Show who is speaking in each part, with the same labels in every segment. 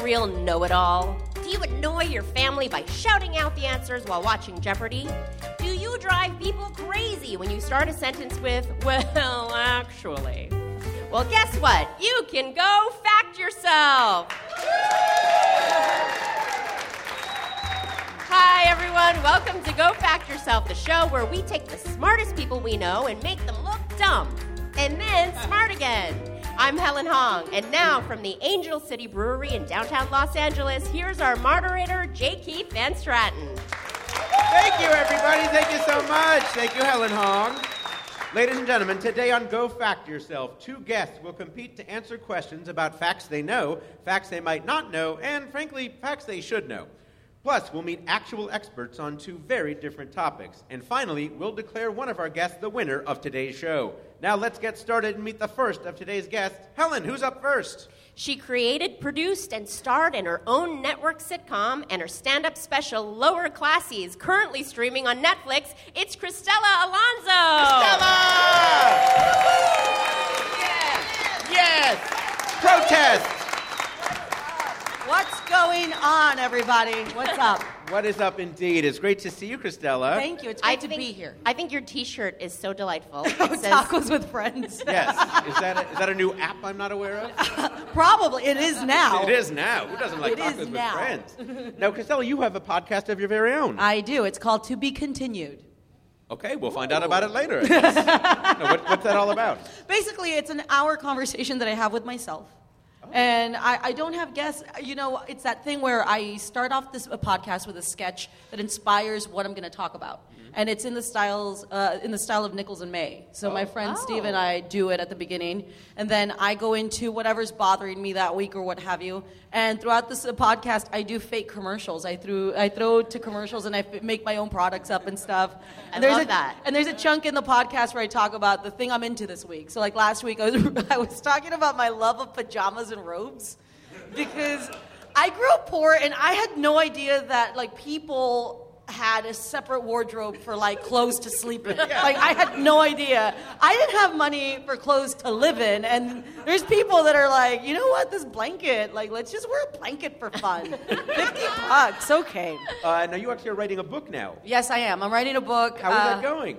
Speaker 1: real know it all? Do you annoy your family by shouting out the answers while watching Jeopardy? Do you drive people crazy when you start a sentence with, well, actually? Well, guess what? You can go fact yourself. Hi, everyone. Welcome to Go Fact Yourself, the show where we take the smartest people we know and make them look dumb and then smart again. I'm Helen Hong, and now from the Angel City Brewery in downtown Los Angeles, here's our moderator, J. Keith Van Stratton.
Speaker 2: Thank you, everybody. Thank you so much. Thank you, Helen Hong. Ladies and gentlemen, today on Go Fact Yourself, two guests will compete to answer questions about facts they know, facts they might not know, and frankly, facts they should know. Plus, we'll meet actual experts on two very different topics. And finally, we'll declare one of our guests the winner of today's show. Now, let's get started and meet the first of today's guests. Helen, who's up first?
Speaker 1: She created, produced, and starred in her own network sitcom and her stand up special, Lower Classies, currently streaming on Netflix. It's Christella Alonso.
Speaker 2: Yes! Protest!
Speaker 3: What's going on, everybody? What's up?
Speaker 2: What is up indeed? It's great to see you, Christella.
Speaker 3: Thank you. It's great to be here.
Speaker 1: I think your t shirt is so delightful. It
Speaker 3: Oh,
Speaker 1: says-
Speaker 3: tacos with friends.
Speaker 2: Yes. Is that, a, is that a new app I'm not aware of?
Speaker 3: Probably it is now.
Speaker 2: It is now. Who doesn't like
Speaker 3: It is
Speaker 2: tacos with
Speaker 3: now.
Speaker 2: friends? Now, Christella, you have a podcast of your very own.
Speaker 3: I do. It's called To Be Continued.
Speaker 2: okay, we'll find out about it later. I guess. No, what, what's that all about?
Speaker 3: Basically, it's an hour conversation that I have with myself. And I, I don't have guests. You know, it's that thing where I start off this a podcast with a sketch that inspires what I'm going to talk about, and it's in the styles uh, in the style of Nichols and May. So my friend Steve and I do it at the beginning, and then I go into whatever's bothering me that week or what have you. And throughout this uh, podcast, I do fake commercials. I threw I throw to commercials, and I f- make my own products up and stuff.
Speaker 1: I
Speaker 3: And there's
Speaker 1: love
Speaker 3: a-
Speaker 1: that.
Speaker 3: and there's a chunk in the podcast where I talk about the thing I'm into this week. So like last week, I was I was talking about my love of pajamas and robes because I grew up poor and I had no idea that like people had a separate wardrobe for like clothes to sleep in. Like I had no idea. I didn't have money for clothes to live in and there's people that are like, "You know what? This blanket, like let's just wear a blanket for fun. 50 bucks, okay."
Speaker 2: Uh, now, you actually are writing a book now.
Speaker 3: Yes, I am. I'm writing a book.
Speaker 2: How is
Speaker 3: uh,
Speaker 2: that going?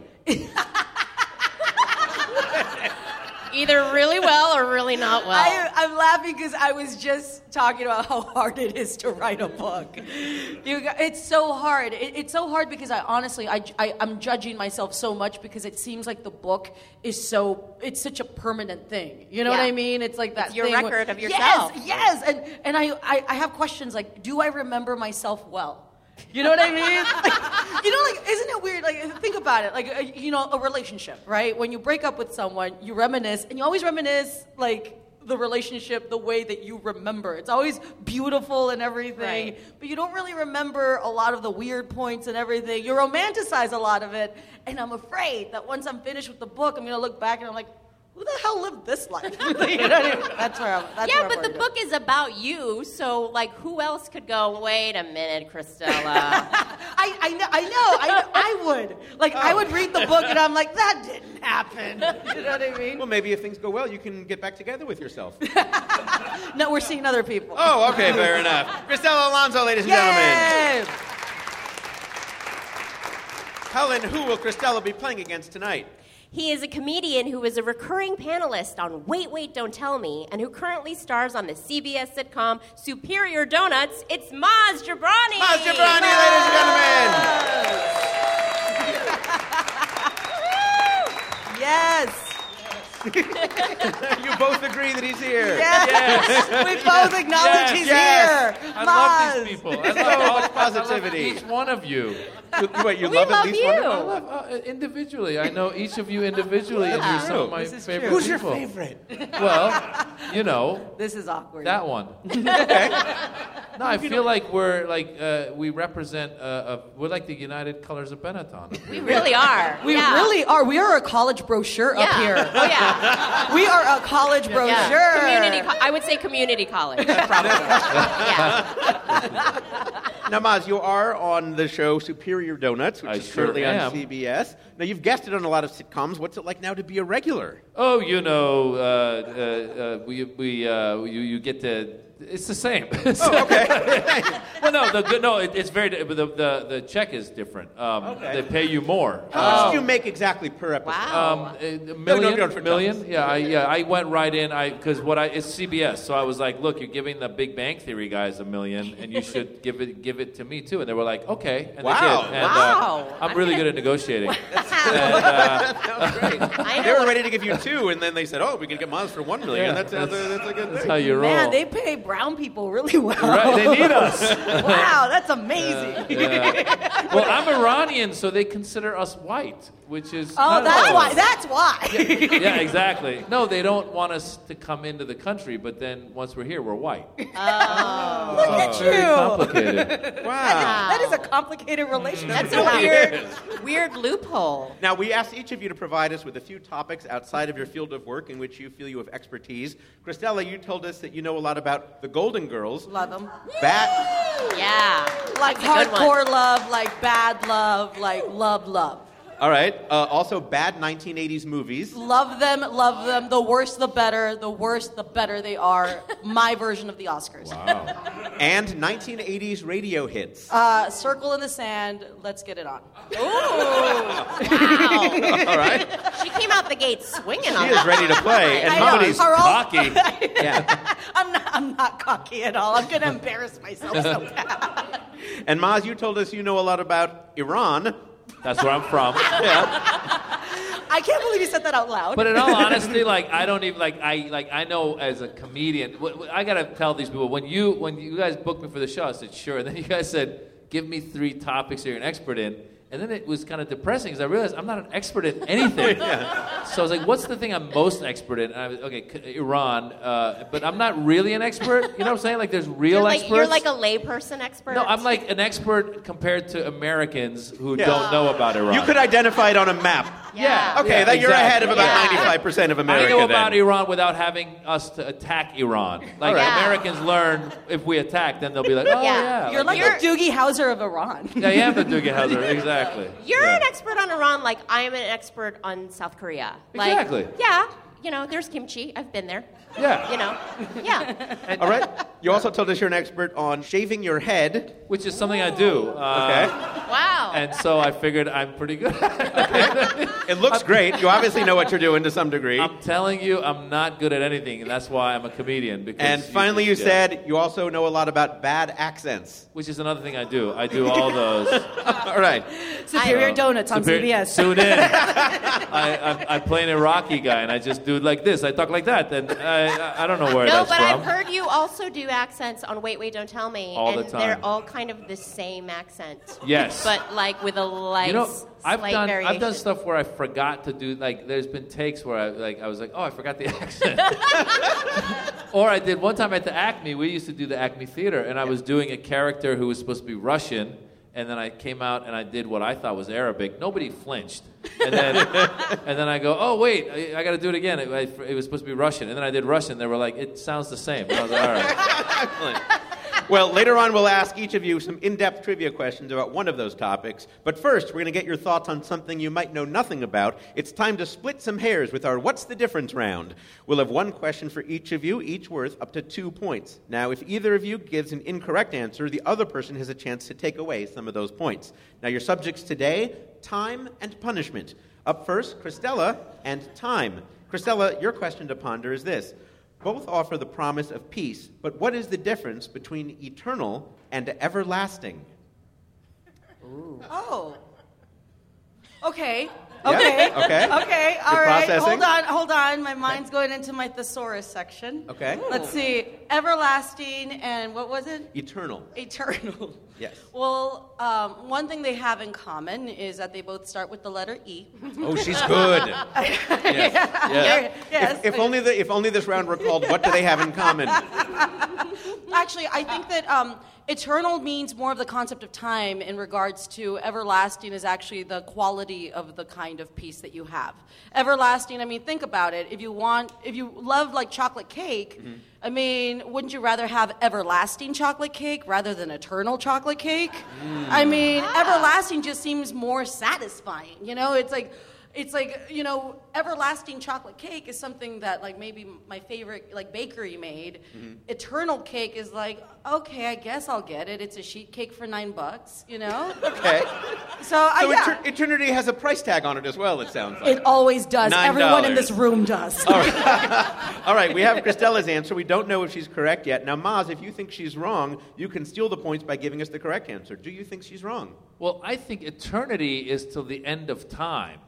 Speaker 1: Either really well or really not well.
Speaker 3: I, I'm laughing because I was just talking about how hard it is to write a book. You, gu- it's so hard. It, it's so hard because I honestly, I, I, am judging myself so much because it seems like the book is so, it's such a permanent thing. You know what
Speaker 1: Yeah.
Speaker 3: I mean? It's like that
Speaker 1: It's your
Speaker 3: thing
Speaker 1: record of yourself.
Speaker 3: Yes, yes. And, and I, I, I have questions like, do I remember myself well? You know what I mean? Like, you know, like, isn't it weird? Like, think about it. Like, uh, you know, a relationship, right? When you break up with someone, you reminisce, and you always reminisce, like, the relationship the way that you remember. It's always beautiful and everything,
Speaker 1: Right.
Speaker 3: but you don't really remember a lot of the weird points and everything. You romanticize a lot of it, and I'm afraid that once I'm finished with the book, I'm gonna look back and I'm like, who the hell lived this life? You know what I mean? That's where I'm. That's
Speaker 1: yeah,
Speaker 3: where I'm
Speaker 1: but the
Speaker 3: worried
Speaker 1: book is about you, so like who else could go, wait a minute, Christella?
Speaker 3: I, I know, I know, I, I would. Like, I would read the book and I'm like, that didn't happen. You know what I mean?
Speaker 2: Well, maybe if things go well, you can get back together with yourself.
Speaker 3: No, we're seeing other people.
Speaker 2: oh, okay, fair enough. Christella Alonso, ladies and gentlemen.
Speaker 3: Yay!
Speaker 2: Helen, who will Christella be playing against tonight?
Speaker 1: he is a comedian who is a recurring panelist on Wait, Wait, Don't Tell Me, and who currently stars on the CBS sitcom Superior Donuts. It's Maz Jabrani.
Speaker 2: Maz Jabrani, ladies and gentlemen.
Speaker 3: Yes!
Speaker 2: You both agree that he's here.
Speaker 3: Yes! We both acknowledge
Speaker 4: Yes.
Speaker 3: he's
Speaker 2: Yes.
Speaker 3: here.
Speaker 4: I love
Speaker 3: Maz.
Speaker 4: these people. I love,
Speaker 2: So
Speaker 4: all-
Speaker 2: much positivity.
Speaker 4: I love each one of you.
Speaker 2: You, what, you
Speaker 1: We
Speaker 2: love,
Speaker 1: love
Speaker 2: at least
Speaker 1: you.
Speaker 2: one
Speaker 4: I
Speaker 2: of them?
Speaker 4: love uh, individually. I know each of you individually, and you're some of my
Speaker 3: This is
Speaker 4: favorite
Speaker 3: true.
Speaker 2: Who's your
Speaker 4: people.
Speaker 2: favorite?
Speaker 4: Well, you know
Speaker 3: This is awkward.
Speaker 4: that one. No, I feel like we're like uh, we represent. Uh, uh, we're like the United Colors of Benetton.
Speaker 1: We really are.
Speaker 3: we
Speaker 1: Yeah.
Speaker 3: really are. We are a college brochure
Speaker 1: yeah.
Speaker 3: up here.
Speaker 1: Oh, yeah.
Speaker 3: We are a college brochure.
Speaker 1: yeah. Community co- I would say community college, probably. yeah.
Speaker 2: Now, Maz, you are on the show Superior Donuts, which
Speaker 4: I
Speaker 2: is
Speaker 4: sure
Speaker 2: currently on
Speaker 4: am.
Speaker 2: CBS. Now, you've guested on a lot of sitcoms. What's it like now to be a regular?
Speaker 4: Oh, you know, uh, uh, uh, we, we, uh, you, you get to
Speaker 5: It's the same.
Speaker 2: Oh, okay.
Speaker 5: well, no, the good, no, it, it's very. di- but The, the the check is different. Um,
Speaker 2: Okay.
Speaker 5: They pay you more.
Speaker 2: How much do you make exactly per episode?
Speaker 3: Oh,
Speaker 5: Um,
Speaker 1: Wow.
Speaker 5: a-
Speaker 2: no,
Speaker 5: a million,
Speaker 2: no, for
Speaker 5: million.
Speaker 2: dollars.
Speaker 5: Yeah, I, yeah. I went right in. I because what I it's CBS, so I was like, look, you're giving the Big Bang Theory guys a million, and you should give it give it to me too. And they were like, okay. And
Speaker 2: Wow.
Speaker 5: They did. And, uh,
Speaker 1: Wow.
Speaker 5: I'm really good at negotiating.
Speaker 2: That was great.
Speaker 1: I
Speaker 2: they
Speaker 1: know.
Speaker 2: were
Speaker 1: what-
Speaker 2: ready to give you two, and then they said, "Oh, we can get Miles for one million.
Speaker 5: Yeah,
Speaker 2: that's, that's, a, that's a good
Speaker 5: That's
Speaker 2: thing."
Speaker 5: how you roll.
Speaker 3: Man, they pay brown people really well.
Speaker 5: right, they need us.
Speaker 3: wow, that's amazing.
Speaker 5: Yeah. Well, I'm Iranian, so they consider us white, which is
Speaker 3: Oh,
Speaker 5: not
Speaker 3: that's
Speaker 5: all.
Speaker 3: why. That's why.
Speaker 5: yeah, exactly. No, they don't want us to come into the country, but then once we're here, we're white.
Speaker 3: Look at
Speaker 5: Very
Speaker 3: you.
Speaker 5: complicated.
Speaker 2: wow.
Speaker 3: That is a complicated relationship.
Speaker 1: That's a weird, weird loophole.
Speaker 2: Now, we asked each of you to provide us with a few topics outside of your field of work in which you feel you have expertise. Christella, you told us that you know a lot about the Golden Girls.
Speaker 3: Love them.
Speaker 2: Bat.
Speaker 1: Yeah.
Speaker 3: Like
Speaker 1: That's a good
Speaker 3: hardcore love, like bad love, like love, love.
Speaker 2: All right. Uh, also, bad 1980s movies.
Speaker 3: Love them, love them. The worse, the better. The worse, the better they are. My version of the Oscars.
Speaker 2: And 1980s radio hits.
Speaker 3: Uh, circle in the sand. Let's get it on.
Speaker 1: Wow.
Speaker 2: All right.
Speaker 1: she came out the gate swinging
Speaker 2: She
Speaker 1: on
Speaker 2: is
Speaker 1: that.
Speaker 2: ready to play. And
Speaker 3: I know.
Speaker 2: nobody's
Speaker 3: Are all-
Speaker 2: cocky. Yeah.
Speaker 3: I'm not. I'm not cocky at all. I'm gonna embarrass myself so bad.
Speaker 2: And Maz, you told us you know a lot about Iran.
Speaker 5: That's where I'm from.
Speaker 3: I can't believe you said that out loud.
Speaker 5: But in all honesty, like I don't even like I like I know as a comedian, wh- wh- I gotta tell these people when you when you guys booked me for the show, I said sure, and then you guys said give me three topics you're an expert in, and then it was kind of depressing because I realized I'm not an expert in anything. So I was like, what's the thing I'm most expert in? And I was okay, c- Iran, uh, but I'm not really an expert. You know what I'm saying? Like there's real
Speaker 1: You're like,
Speaker 5: experts.
Speaker 1: you're like a layperson expert.
Speaker 5: no, I'm like an expert compared to Americans who
Speaker 2: Yeah.
Speaker 5: don't know about Iran.
Speaker 2: You could identify it on a map.
Speaker 1: Yeah.
Speaker 2: Okay, that you're
Speaker 5: exactly.
Speaker 2: ahead of about
Speaker 1: Yeah.
Speaker 2: 95% of America.
Speaker 5: I know about
Speaker 2: then.
Speaker 5: Iran without having us to attack Iran. Like
Speaker 1: right.
Speaker 5: Americans learn if we attack, then they'll be like, oh
Speaker 1: Yeah.
Speaker 5: yeah,
Speaker 3: you're like
Speaker 1: You're-
Speaker 3: the Doogie Howser of Iran.
Speaker 5: yeah, I am the Dugenhauser, exactly.
Speaker 1: You're
Speaker 5: Yeah.
Speaker 1: an expert on Iran, like I am an expert on South Korea. Like,
Speaker 5: Exactly.
Speaker 1: Yeah, you know, there's kimchi. I've been there.
Speaker 5: Yeah.
Speaker 1: You know, yeah.
Speaker 2: All right. You also told us you're an expert on shaving your head.
Speaker 5: Which is something I do. Uh,
Speaker 2: Okay.
Speaker 1: Wow.
Speaker 5: And so I figured I'm pretty good.
Speaker 2: It looks great. You obviously know what you're doing to some degree.
Speaker 5: uh, I'm telling you, I'm not good at anything, and that's why I'm a comedian. Because
Speaker 2: and finally, you
Speaker 5: yeah.
Speaker 2: said you also know a lot about bad accents.
Speaker 5: which is another thing I do. I do all those.
Speaker 2: All right.
Speaker 3: Superior Donuts on
Speaker 5: Superior-
Speaker 3: CBS.
Speaker 5: Tune in. I, I, I play an Iraqi guy, and I just do like this. I talk like that, and I, I- I don't know where
Speaker 1: no,
Speaker 5: that's
Speaker 1: but
Speaker 5: from.
Speaker 1: I've heard you also do accents on Wait, Wait, Don't Tell Me.
Speaker 5: All
Speaker 1: and
Speaker 5: the
Speaker 1: they're
Speaker 5: time.
Speaker 1: all kind of the same accent.
Speaker 5: Yes.
Speaker 1: But like with a light,
Speaker 5: you know, I've
Speaker 1: slight
Speaker 5: done
Speaker 1: variation.
Speaker 5: I've done stuff where I forgot to do like there's been takes where I like I was like oh I forgot the accent, or I did one time at the Acme we used to do the Acme Theater and I was doing a character who was supposed to be Russian and then I came out and I did what I thought was Arabic nobody flinched and then and then I go oh wait I, I got to do it again it, I- it was supposed to be Russian and then I did Russian they were like it sounds the same And I was like all right.
Speaker 2: Well, later on, we'll ask each of you some in depth trivia questions about one of those topics. But first, we're going to get your thoughts on something you might know nothing about. It's time to split some hairs with our What's the Difference round. We'll have one question for each of you, each worth up to two points. Now, if either of you gives an incorrect answer, the other person has a chance to take away some of those points. Now, your subjects today time and punishment. Up first, Christella and time. Christella, your question to ponder is this. Both offer the promise of peace, but what is the difference between eternal and everlasting?
Speaker 3: Oh. Okay.
Speaker 2: Yeah,
Speaker 3: Okay.
Speaker 2: okay.
Speaker 3: Okay. All
Speaker 2: You're
Speaker 3: right.
Speaker 2: processing.
Speaker 3: Hold on. Hold on. My mind's going into my thesaurus section.
Speaker 2: Okay. Ooh.
Speaker 3: Let's see. Everlasting and what was it?
Speaker 2: Eternal.
Speaker 3: Eternal.
Speaker 2: Yes.
Speaker 3: Well, um, one thing they have in common is that they both start with the letter E.
Speaker 2: Oh, she's good.
Speaker 3: Yeah. Yes.
Speaker 2: If, if only the, if only this round were called "What Do They Have in Common?"
Speaker 3: Actually, I think that um, eternal means more of the concept of time in regards to everlasting is actually the quality of the kind of peace that you have. Everlasting, I mean, think about it. If you want, if you love like chocolate cake, I mean, wouldn't you rather have everlasting chocolate cake rather than eternal chocolate cake? I mean, everlasting just seems more satisfying. You know, it's like it's like you know everlasting chocolate cake is something that like maybe my favorite like bakery made
Speaker 2: Mm-hmm.
Speaker 3: eternal cake is like okay i guess i'll get it it's a sheet cake for nine bucks you know
Speaker 2: Okay.
Speaker 3: so i
Speaker 2: So
Speaker 3: Uh, yeah.
Speaker 2: eter- eternity has a price tag on it as well. It sounds like.
Speaker 3: it always does
Speaker 2: Nine
Speaker 3: everyone in
Speaker 2: dollars.
Speaker 3: this room does
Speaker 2: All right, we have Christella's answer. We don't know if she's correct yet. Now, Maz, if you think she's wrong, you can steal the points by giving us the correct answer. Do you think she's wrong?
Speaker 5: Well, I think eternity is till the end of time.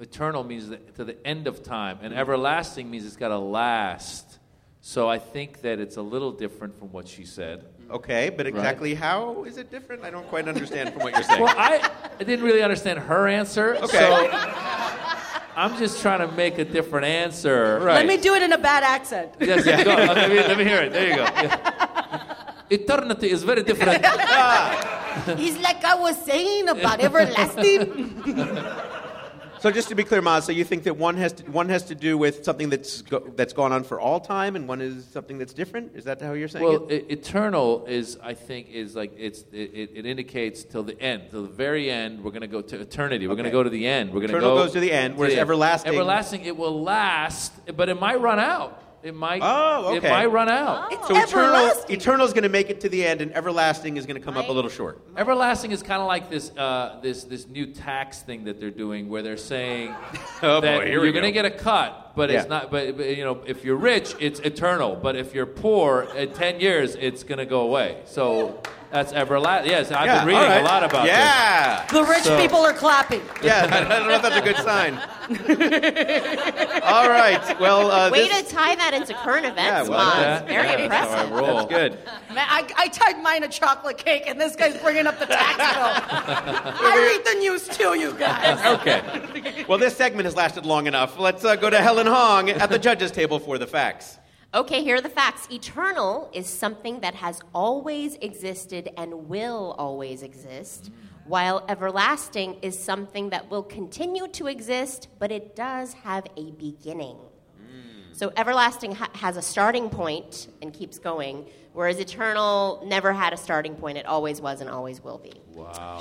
Speaker 5: Eternal means the, to the end of time, and everlasting means it's got to last. So I think that it's a little different from what she said.
Speaker 2: Okay, but exactly how is it different? I don't quite understand from what you're saying.
Speaker 5: Well, I, I didn't really understand her answer,
Speaker 2: Okay.
Speaker 5: so I'm just trying to make a different answer.
Speaker 2: Right.
Speaker 3: let me do it in a bad accent
Speaker 5: Yes, go. Let, me, let me hear it. There you go. Yeah. Eternity is very different.
Speaker 3: he's like i was saying about everlasting
Speaker 2: So just to be clear, Maz, so you think that one has to, one has to do with something that's go, that's gone on for all time, and one is something that's different? Is that how you're saying
Speaker 5: Well,
Speaker 2: it?
Speaker 5: e- eternal is, I think, is like it's it, it- it indicates till the end, till the very end. We're going to go to eternity. We're going to
Speaker 2: Okay.
Speaker 5: go to the end. We're going to
Speaker 2: Eternal
Speaker 5: go.
Speaker 2: goes to the end, whereas
Speaker 5: the end.
Speaker 2: everlasting-
Speaker 5: Everlasting, it will last, but it might run out. It might.
Speaker 2: Oh,
Speaker 5: It
Speaker 2: okay.
Speaker 5: might run out.
Speaker 2: so eternal
Speaker 3: everlasting.
Speaker 2: eternal is going to make it to the end, and everlasting is going to come up a little short.
Speaker 5: Everlasting is kind of like this uh, this this new tax thing that they're doing, where they're saying
Speaker 2: Oh,
Speaker 5: that
Speaker 2: boy, here we
Speaker 5: you're going to
Speaker 2: go.
Speaker 5: get a cut, but it's
Speaker 2: Yeah.
Speaker 5: not. But, but you know, if you're rich, it's eternal. But if you're poor, in ten years, it's going to go away. So. That's everlasting. Yes, I've
Speaker 2: Yeah,
Speaker 5: been reading
Speaker 2: all right.
Speaker 5: a lot about this.
Speaker 2: Yeah.
Speaker 3: the rich
Speaker 5: So-
Speaker 3: people are clapping
Speaker 2: Yeah, I don't know if that's a good sign. All right. Well, uh,
Speaker 1: Way
Speaker 2: this,
Speaker 1: to tie that into current
Speaker 2: Yeah,
Speaker 1: events,
Speaker 2: well,
Speaker 1: Maz.
Speaker 2: yeah.
Speaker 1: Very
Speaker 5: Yeah, that's how I
Speaker 1: impressive.
Speaker 5: roll.
Speaker 2: that's good.
Speaker 3: Man, I, I tied mine a chocolate cake, and this guy's bringing up the tax bill. I read the news too, you guys.
Speaker 2: Okay. Well, this segment has lasted long enough. Let's uh, go to Helen Hong at the judges' table for the facts.
Speaker 1: Okay, here are the facts. Eternal is something that has always existed and will always exist, while everlasting is something that will continue to exist, but it does have a beginning. So everlasting ha- has a starting point and keeps going, whereas eternal never had a starting point. It always was and always will be.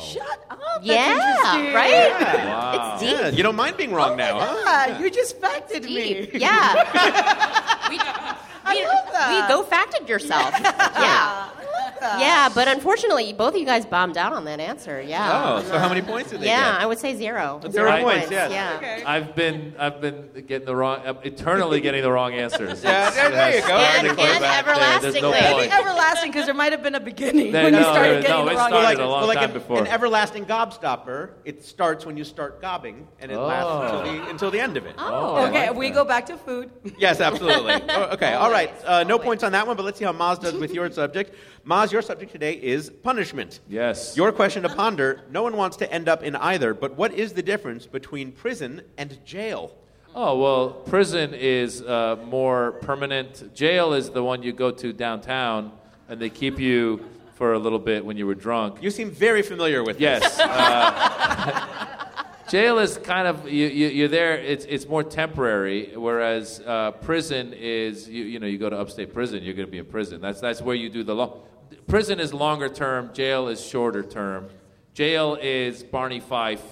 Speaker 3: Shut up. That's
Speaker 1: yeah,
Speaker 3: interesting.
Speaker 1: right?
Speaker 5: Wow.
Speaker 1: It's deep.
Speaker 2: Yeah, you don't mind being wrong now, huh?
Speaker 3: Ah, you just facted me.
Speaker 1: Yeah. we, we-
Speaker 3: love that.
Speaker 1: we go facted yourself. Yeah. Yeah, but unfortunately, both of you guys bombed out on that answer. Yeah.
Speaker 2: Oh, so how many points did they
Speaker 1: Yeah, I
Speaker 2: get?
Speaker 1: would say zero.
Speaker 2: Zero points, yes.
Speaker 1: Yeah.
Speaker 3: Okay.
Speaker 5: I've been I've been getting the wrong I'm eternally getting the wrong answers.
Speaker 2: Yeah, there, there you go.
Speaker 1: And,
Speaker 2: Everything
Speaker 1: and
Speaker 2: goes back there.
Speaker 5: there's no
Speaker 1: everlastingly.
Speaker 5: point.
Speaker 3: Maybe everlasting, because there might have been a beginning
Speaker 5: Then-
Speaker 3: when you
Speaker 5: no,
Speaker 3: started
Speaker 5: no,
Speaker 3: getting
Speaker 5: no,
Speaker 3: the
Speaker 5: it
Speaker 3: wrong
Speaker 5: started
Speaker 3: answer.
Speaker 5: a long
Speaker 2: well, like
Speaker 5: time
Speaker 2: an,
Speaker 5: before.
Speaker 2: an everlasting gobstopper, it starts when you start gobbing, and it lasts until the, until the end of it.
Speaker 5: Oh, I
Speaker 3: Okay,
Speaker 5: like
Speaker 3: we
Speaker 5: that.
Speaker 3: go back to food.
Speaker 2: Yes, absolutely. Oh, okay, all right. Uh, no points on that one, but let's see how Maz does with your subject. Maz, your subject today is punishment.
Speaker 5: Yes.
Speaker 2: Your question to ponder no one wants to end up in either, but what is the difference between prison and jail?
Speaker 5: Oh well, prison is uh, more permanent. Jail is the one you go to downtown, and they keep you for a little bit when you were drunk.
Speaker 2: You seem very familiar with this.
Speaker 5: Yes. Uh, jail is kind of you, you, you're there. It's it's more temporary, whereas uh, prison is you, you know you go to upstate prison, you're going to be in prison. That's that's where you do the long. Prison is longer term. Jail is shorter term. Jail is Barney Fife.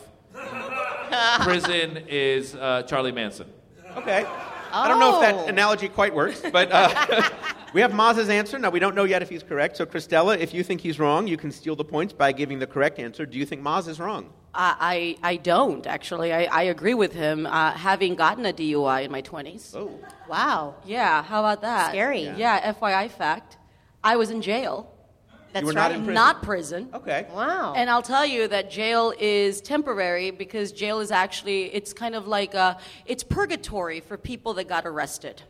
Speaker 5: prison is uh, Charlie Manson.
Speaker 2: Okay. I don't know if
Speaker 1: Oh.
Speaker 2: that analogy quite works, but uh, we have Maz's answer. Now, we don't know yet if he's correct. So, Christella, if you think he's wrong, you can steal the points by giving the correct answer. Do you think Maz is wrong?
Speaker 3: I, I don't, actually. I, I agree with him, uh, having gotten a DUI in my 20s.
Speaker 2: Oh.
Speaker 1: Wow.
Speaker 3: Yeah, how about that?
Speaker 1: Scary.
Speaker 3: Yeah. FYI fact. I was in jail,
Speaker 1: That's
Speaker 2: You were not
Speaker 1: right.
Speaker 2: in prison.
Speaker 3: not prison.
Speaker 2: Okay.
Speaker 1: wow.
Speaker 3: And I'll tell you that jail is temporary because jail is actually it's kind of like a, it's purgatory for people that got arrested.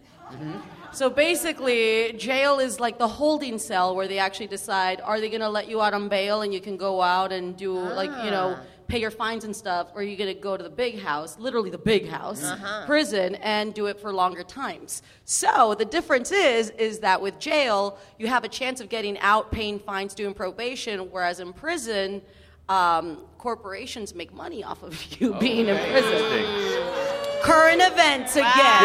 Speaker 3: So basically, jail is like the holding cell where they actually decide are they going to let you out on bail and you can go out and do like you know pay your fines and stuff, or are you going to go to the big house, literally the big house, prison, and do it for longer times. So the difference is is that with jail you have a chance of getting out, paying fines, doing probation, whereas in prison.
Speaker 2: Oh,
Speaker 3: Um, corporations make money off of you being in prison. current events again.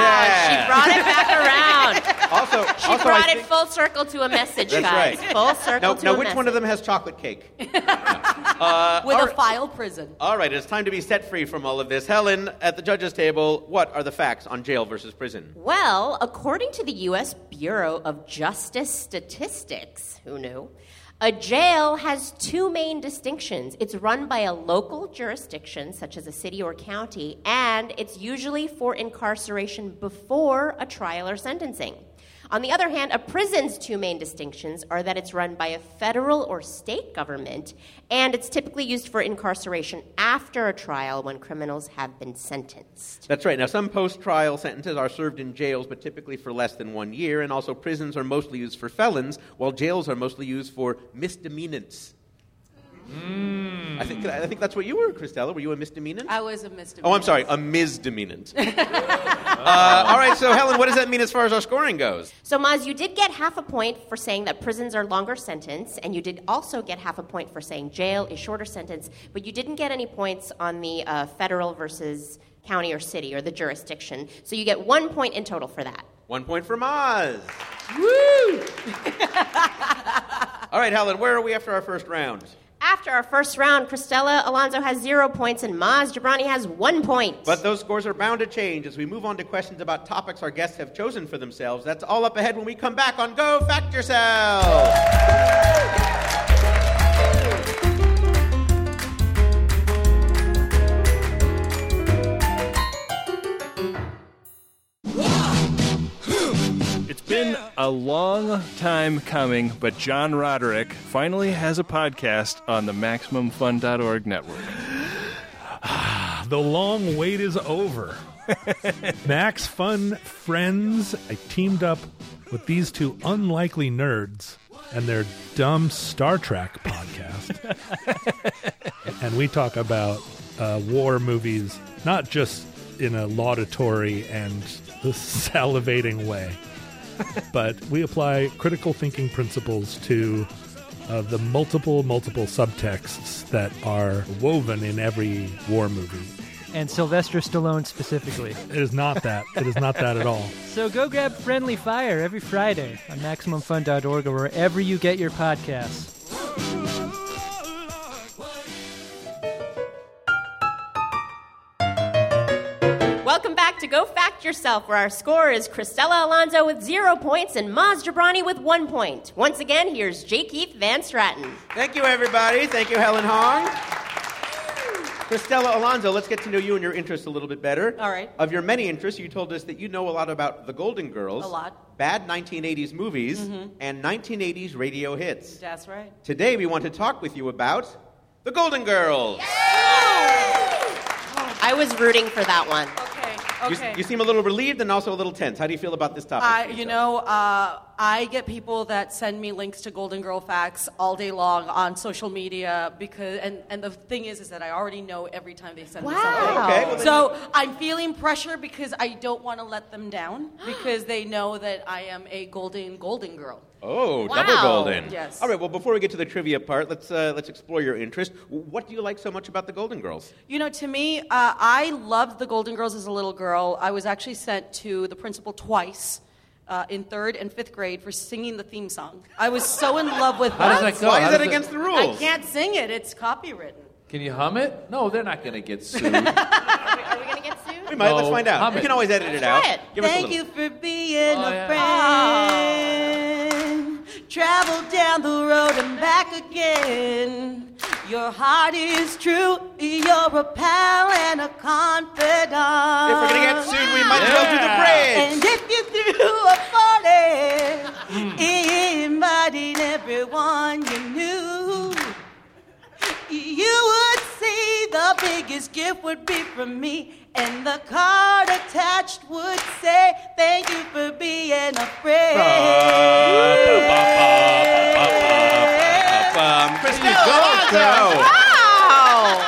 Speaker 1: She brought it back around.
Speaker 2: Also,
Speaker 1: She
Speaker 2: also
Speaker 1: brought
Speaker 2: I
Speaker 1: it
Speaker 2: think-
Speaker 1: full circle to a message,
Speaker 2: That's
Speaker 1: guys.
Speaker 2: right.
Speaker 1: Full circle
Speaker 2: Now,
Speaker 1: to
Speaker 2: now
Speaker 1: a
Speaker 2: which
Speaker 1: message.
Speaker 2: one of them has chocolate cake?
Speaker 3: With
Speaker 2: all
Speaker 3: a
Speaker 2: right.
Speaker 3: file prison.
Speaker 2: All right, it's time to be set free from all of this. Helen, at the judges' table, what are the facts on jail versus prison?
Speaker 1: Well, according to the U.S. Bureau of Justice Statistics, who knew? A jail has two main distinctions. It's run by a local jurisdiction, such as a city or county, and it's usually for incarceration before a trial or sentencing. On the other hand, a prison's two main distinctions are that it's run by a federal or state government, and it's typically used for incarceration after a trial when criminals have been sentenced.
Speaker 2: That's right. Now, some post trial sentences are served in jails, but typically for less than one year, and also prisons are mostly used for felons, while jails are mostly used for misdemeanants. I, think, I think that's what you were, Christella. Were you a misdemeanant?
Speaker 3: I was a misdemeanor.
Speaker 2: oh, I'm sorry, a misdemeanant. uh, all right, so, Helen, what does that mean as far as our scoring goes?
Speaker 1: So, Maz, you did get half a point for saying that prisons are longer sentence, and you did also get half a point for saying jail is shorter sentence, but you didn't get any points on the uh, federal versus county or city or the jurisdiction. So, you get one point in total for that.
Speaker 2: One point for Moz. Woo! All right, Helen, where are we after our first round?
Speaker 1: After our first round, Christella Alonso has zero points, and Maz Jabrani has one point.
Speaker 2: But those scores are bound to change as we move on to questions about topics our guests have chosen for themselves. That's all up ahead when we come back on Go Fact Yourself.
Speaker 6: It's been a long time coming, but John Roderick finally has a podcast on the MaximumFun.org network.
Speaker 7: The long wait is over. Max Fun Friends, I teamed up with these two unlikely nerds and their dumb Star Trek podcast. and we talk about uh, war movies, not just in a laudatory and salivating way, but we apply critical thinking principles to uh, the multiple, multiple subtexts that are woven in every war movie.
Speaker 8: and Sylvester Stallone specifically.
Speaker 7: It is not that. It is not that at all.
Speaker 8: so go grab Friendly Fire every Friday on MaximumFun.org or wherever you get your podcasts.
Speaker 1: Welcome back to Go Fact Yourself, where our score is Christella Alonso with zero points and Maz Jabrani with one point. Once again, here's J. Keith Van Stratton.
Speaker 2: Thank you, everybody. Thank you, Helen Hong. Christella Alonso, let's get to know you and your interests a little bit better.
Speaker 3: All right.
Speaker 2: Of your many interests, you told us that you know a lot about the Golden Girls,
Speaker 3: A lot. Mm-hmm.
Speaker 2: bad 1980s movies, and 1980s radio hits.
Speaker 3: That's right.
Speaker 2: Today we want to talk with you about the Golden Girls.
Speaker 1: I was rooting for that one.
Speaker 3: Okay.
Speaker 2: You-
Speaker 3: Okay.
Speaker 2: You, seem a little relieved and also a little tense. How do you feel about this topic?
Speaker 3: I, you know, uh, I get people that send me links to Golden Girl facts all day long on social media because, and, and the thing is, is that I already know every time they send me something.
Speaker 1: Wow.
Speaker 2: Okay, well then-
Speaker 3: so I'm feeling pressure because I don't want to let them down because they know that I am a golden Golden Girl.
Speaker 2: Oh,
Speaker 1: Wow.
Speaker 2: double golden.
Speaker 3: Yes.
Speaker 2: All right. Well, before we get to the trivia part, let's uh, let's explore your interest. What do you like so much about the Golden Girls?
Speaker 3: You know, to me, uh, I loved the Golden Girls as a little girl. I was actually sent to the principal twice. Uh, in third and fifth grade for singing the theme song. I was so in love with
Speaker 4: How does
Speaker 3: that.
Speaker 4: that go?
Speaker 2: Why
Speaker 4: how
Speaker 2: is that
Speaker 4: does it-
Speaker 2: against the
Speaker 3: I
Speaker 2: rules?
Speaker 3: can't sing it. It's copywritten.
Speaker 4: Can you hum it? No, they're not going to get sued.
Speaker 1: Are we, are we going to get sued?
Speaker 2: We might. Let's
Speaker 4: No.
Speaker 2: find out.
Speaker 4: Hum
Speaker 2: We
Speaker 4: it.
Speaker 2: can always edit it out.
Speaker 1: try it.
Speaker 2: Give us a
Speaker 3: Thank
Speaker 2: little.
Speaker 3: you for being
Speaker 4: Oh,
Speaker 3: a
Speaker 4: yeah.
Speaker 3: friend. Travel down the road and back again. Your heart is true. You're a pal and a confidant.
Speaker 2: If we're gonna get sued, we might as well do the
Speaker 3: And
Speaker 2: bridge.
Speaker 3: if you threw a party, inviting everyone you knew, you would see the biggest gift would be from me. And the card attached would say, Thank you for being a
Speaker 4: Uh,
Speaker 3: friend.
Speaker 2: Um, Christelle
Speaker 4: go,
Speaker 2: Alonso.
Speaker 1: Wow!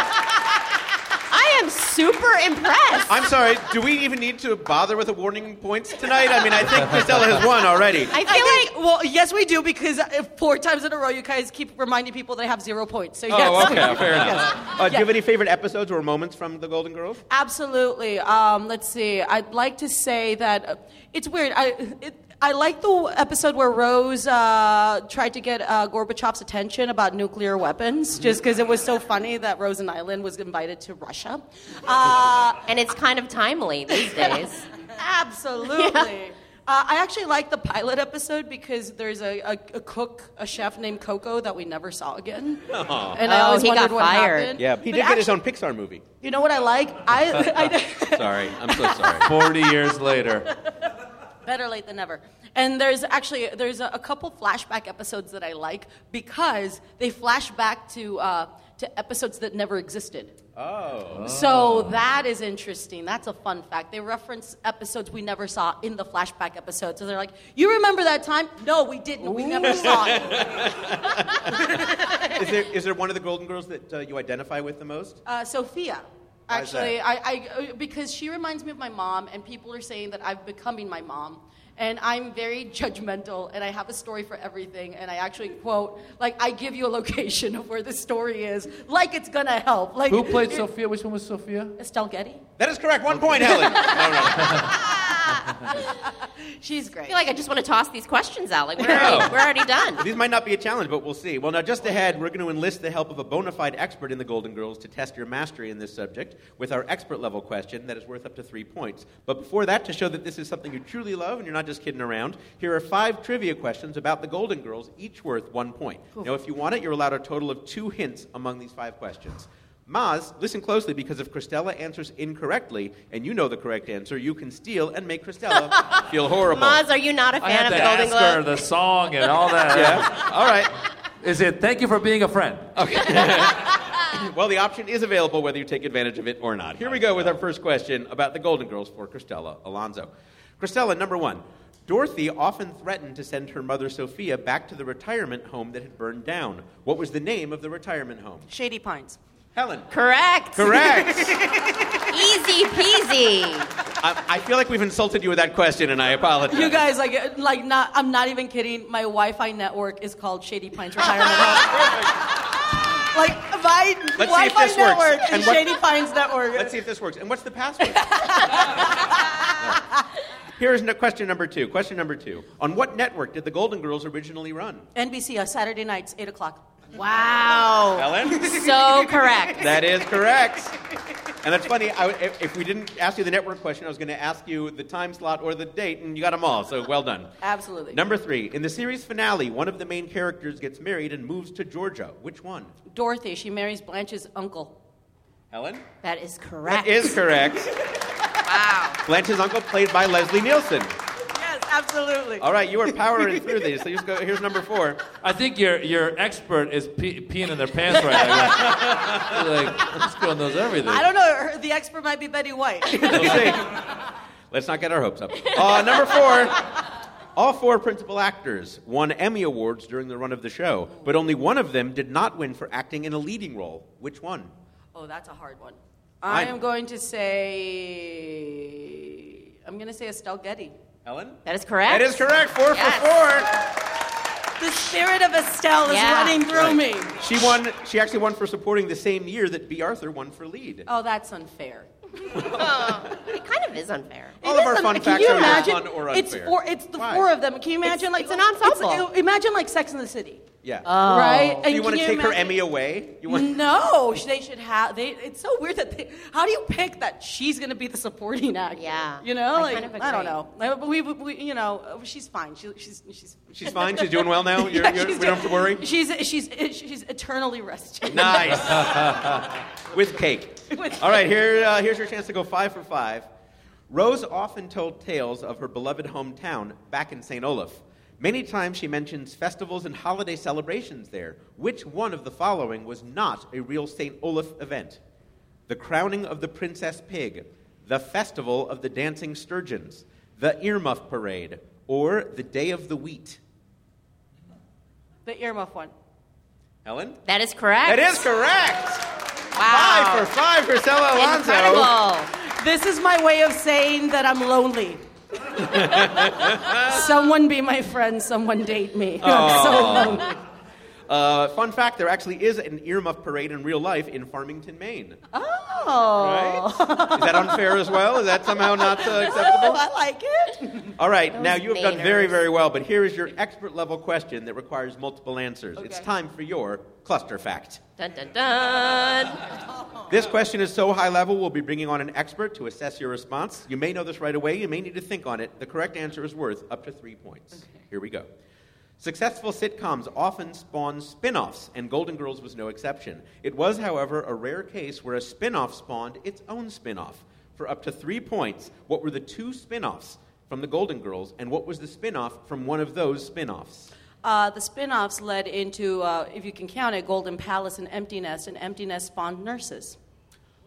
Speaker 1: I am super impressed.
Speaker 2: I'm sorry. Do we even need to bother with the warning points tonight? I mean, I think Priscilla has won already.
Speaker 1: I feel
Speaker 3: I
Speaker 1: like
Speaker 3: think, well, yes, we do because uh, four times in a row, you guys keep reminding people they have zero points. So yes,
Speaker 4: Oh, okay, fair enough.
Speaker 2: Uh, do you have any favorite episodes or moments from The Golden Girls?
Speaker 3: absolutely. Um, let's see. I'd like to say that uh, it's weird. I it, I like the episode where Rose uh, tried to get uh, Gorbachev's attention about nuclear weapons, just because it was so funny that Rose and Island was invited to Russia. Uh,
Speaker 1: and it's kind of timely these days.
Speaker 3: Absolutely. Uh, I actually like the pilot episode because there's a, a, a cook, a chef named Coco that we never saw again. And I
Speaker 1: Oh,
Speaker 3: always
Speaker 1: he got
Speaker 3: wondered what
Speaker 1: fired.
Speaker 3: happened.
Speaker 2: Yeah, he
Speaker 3: But
Speaker 2: did get his
Speaker 3: actually-
Speaker 2: own Pixar movie.
Speaker 3: You know what I like? I, I
Speaker 2: Sorry, I'm so sorry.
Speaker 4: 40 years later.
Speaker 3: better late than never. And there's actually there's a, a couple flashback episodes that I like because they flash back to uh, to episodes that never existed.
Speaker 2: Oh.
Speaker 3: So that is interesting. That's a fun fact. They reference episodes we never saw in the flashback episode. So they're like, "You remember that time? No, we didn't. We never saw it."
Speaker 2: Is there, is there one of the Golden Girls that uh, you identify with the most?
Speaker 3: Uh, Sophia,
Speaker 2: Why is
Speaker 3: actually,
Speaker 2: that?
Speaker 3: I, I uh, because she reminds me of my mom, and people are saying that I'm becoming my mom. And I'm very judgmental, and I have a story for everything. And I actually quote, like, I give you a location of where the story is, like it's gonna help. Like
Speaker 4: Who played Sophia? Which one was Sophia?
Speaker 3: Estelle Getty?
Speaker 2: That is correct. One point, Helen. No, no.
Speaker 3: She's
Speaker 1: I
Speaker 3: great.
Speaker 1: feel like I just want to toss these questions out. Like we're already, we're already done.
Speaker 2: These might not be a challenge, but we'll see. Well, now, just ahead, we're going to enlist the help of a bona fide expert in the Golden Girls to test your mastery in this subject with our expert level question that is worth up to three points. But before that, to show that this is something you truly love and you're not just kidding around, here are five trivia questions about the Golden Girls, each worth one point. Now, if you want it, you're allowed a total of two hints among these five questions. Maz, listen closely because if Christella answers incorrectly and you know the correct answer, you can steal and make Christella feel horrible.
Speaker 1: Maz, are you not a
Speaker 4: I
Speaker 1: fan
Speaker 4: had
Speaker 1: of
Speaker 4: to
Speaker 1: the Golden
Speaker 4: ask her
Speaker 1: Globe?
Speaker 4: the song and all that.
Speaker 2: Yeah? All right.
Speaker 4: Is it thank you for being a friend?
Speaker 2: Well, the option is available whether you take advantage of it or not. Here we go with our first question about the Golden Girls for Cristela Alonso. Cristela, number one. Dorothy often threatened to send her mother Sophia back to the retirement home that had burned down. What was the name of the retirement home?
Speaker 3: Shady Pines.
Speaker 2: Helen.
Speaker 1: Correct.
Speaker 2: Correct.
Speaker 1: Easy peasy.
Speaker 2: I, I feel like we've insulted you with that question, and I apologize.
Speaker 3: You guys, like, uh, like, not. I'm not even kidding. My Wi-Fi network is called Shady Pines Retirement Home. like, my
Speaker 2: Let's see if
Speaker 3: Wi-Fi
Speaker 2: this works.
Speaker 3: network
Speaker 2: And
Speaker 3: is
Speaker 2: what-
Speaker 3: Shady Pines Network.
Speaker 2: Let's see if this works. And what's the password? Here is no- question number two. Question number two. On what network did the Golden Girls originally run?
Speaker 3: NBC, uh, Saturday nights, eight o'clock.
Speaker 1: Wow.
Speaker 2: Helen?
Speaker 1: So correct.
Speaker 2: That is correct. And that's funny. I, if, if we didn't ask you the network question, I was going to ask you the time slot or the date, and you got them all. So well done.
Speaker 3: Absolutely.
Speaker 2: Number three. In the series finale, one of the main characters gets married and moves to Georgia. Which one?
Speaker 3: Dorothy, she marries Blanche's uncle.
Speaker 2: Helen?
Speaker 1: That is correct.
Speaker 2: Is correct.
Speaker 1: wow.
Speaker 2: Blanche's uncle, played by Leslie Nielsen.
Speaker 3: Yes, absolutely.
Speaker 2: All right, you are powering through these. So here's, go, here's number four.
Speaker 4: I think your your expert is pee- peeing in their pants right now. like, this girl knows everything.
Speaker 3: I don't know. Her, the expert might be Betty White.
Speaker 2: Let's see. Let's not get our hopes up. Uh, number four. All four principal actors won Emmy Awards during the run of the show, but only one of them did not win for acting in a leading role. Which one?
Speaker 3: oh, that's a hard one. I
Speaker 2: I-
Speaker 3: am going to say. I'm going to say Estelle Getty.
Speaker 2: Helen?
Speaker 1: That is correct.
Speaker 2: That is correct. Four
Speaker 1: Yes.
Speaker 3: The spirit of Estelle
Speaker 1: Yeah.
Speaker 3: is running through
Speaker 2: for
Speaker 3: me.
Speaker 2: four. She won. She actually won for supporting the same year that B. Arthur won for lead.
Speaker 3: Oh, that's unfair.
Speaker 1: It kind of is unfair.
Speaker 2: All
Speaker 3: It
Speaker 2: of
Speaker 3: is
Speaker 2: our
Speaker 3: un-
Speaker 2: fun
Speaker 3: can
Speaker 2: facts
Speaker 3: you
Speaker 2: are either
Speaker 3: imagine?
Speaker 2: fun or
Speaker 3: It's
Speaker 2: unfair.
Speaker 3: four. It's the
Speaker 2: Why?
Speaker 3: four of them. Can you imagine? like
Speaker 1: it's an
Speaker 3: it's-
Speaker 1: ensemble.
Speaker 3: it- imagine like Sex in the City,
Speaker 2: yeah.
Speaker 3: right?
Speaker 2: Do you
Speaker 3: Uh, can
Speaker 2: want to take her
Speaker 3: imagine-
Speaker 2: Emmy away? You want?
Speaker 3: No, sh- they should have. They. It's so weird that they. How do you pick that she's going to be the supporting actor?
Speaker 1: Yeah.
Speaker 3: you know,
Speaker 1: I
Speaker 3: like
Speaker 1: kind of
Speaker 3: I don't
Speaker 1: agree.
Speaker 3: know. Like, But we, we, we- you know, uh, she's fine. She, she's, she's.
Speaker 2: She's fine. She's doing well now. You're,
Speaker 3: Yeah,
Speaker 2: you're, we
Speaker 3: she's
Speaker 2: don't have to worry.
Speaker 3: doing- She's, she's, she's eternally resting.
Speaker 2: Nice. With cake.
Speaker 3: With
Speaker 2: All right, here, uh, here's your chance to go five for five. Rose often told tales of her beloved hometown back in St. Olaf. Many times she mentions festivals and holiday celebrations there. Which one of the following was not a real St. Olaf event? The crowning of the Princess Pig, the Festival of the Dancing Sturgeons, the Earmuff Parade, or the Day of the Wheat?
Speaker 3: The earmuff one.
Speaker 2: Helen?
Speaker 1: That is correct.
Speaker 2: That is correct!
Speaker 1: Wow.
Speaker 2: Five for five for Stella Alonso.
Speaker 1: Incredible.
Speaker 3: This is my way of saying that I'm lonely. someone be my friend, someone date me. I'm so lonely.
Speaker 2: Uh, fun fact there actually is an earmuff parade in real life in Farmington, Maine.
Speaker 3: Oh.
Speaker 2: Right? is that unfair as well? Is that somehow not uh, acceptable?
Speaker 3: Oh, I like it.
Speaker 2: All right, now you have done very,
Speaker 1: Mainers.
Speaker 2: very well, but here is your expert level question that requires multiple answers. It's
Speaker 3: Okay.
Speaker 2: time for your cluster fact.
Speaker 1: Dun dun dun.
Speaker 2: This question is so high level, we'll be bringing on an expert to assess your response. You may know this right away, you may need to think on it. The correct answer is worth up to three points. Here we go. Successful sitcoms often spawn spin offs, and Golden Girls was no exception. It was, however, a rare case where a spin off spawned its own spin off. For up to three points, what were the two spin offs from the Golden Girls, and what was the spin off from one of those spin offs?
Speaker 3: Uh, the spin offs led into, uh, if you can count it, Golden Palace and Empty Nest, and Empty Nest spawned nurses.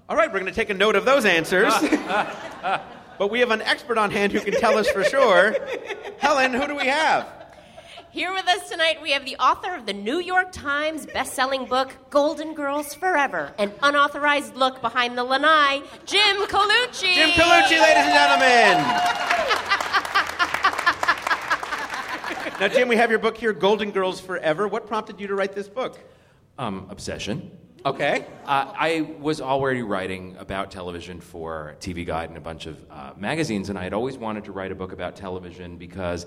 Speaker 2: All right, we're going to take a note of those answers. but we have an expert on hand who can tell us for sure. Helen, who do we have?
Speaker 1: Here with us tonight, we have the author of the New York Times best-selling book Golden Girls Forever, an unauthorized look behind the lanai, Jim Colucci.
Speaker 2: Jim Colucci, ladies and gentlemen. now, Jim, we have your book here, Golden Girls Forever. What prompted you to write this book?
Speaker 5: Um, obsession.
Speaker 2: Okay.
Speaker 5: Uh, I was already writing about television for TV Guide and a bunch of uh, magazines, and I had always wanted to write a book about television because,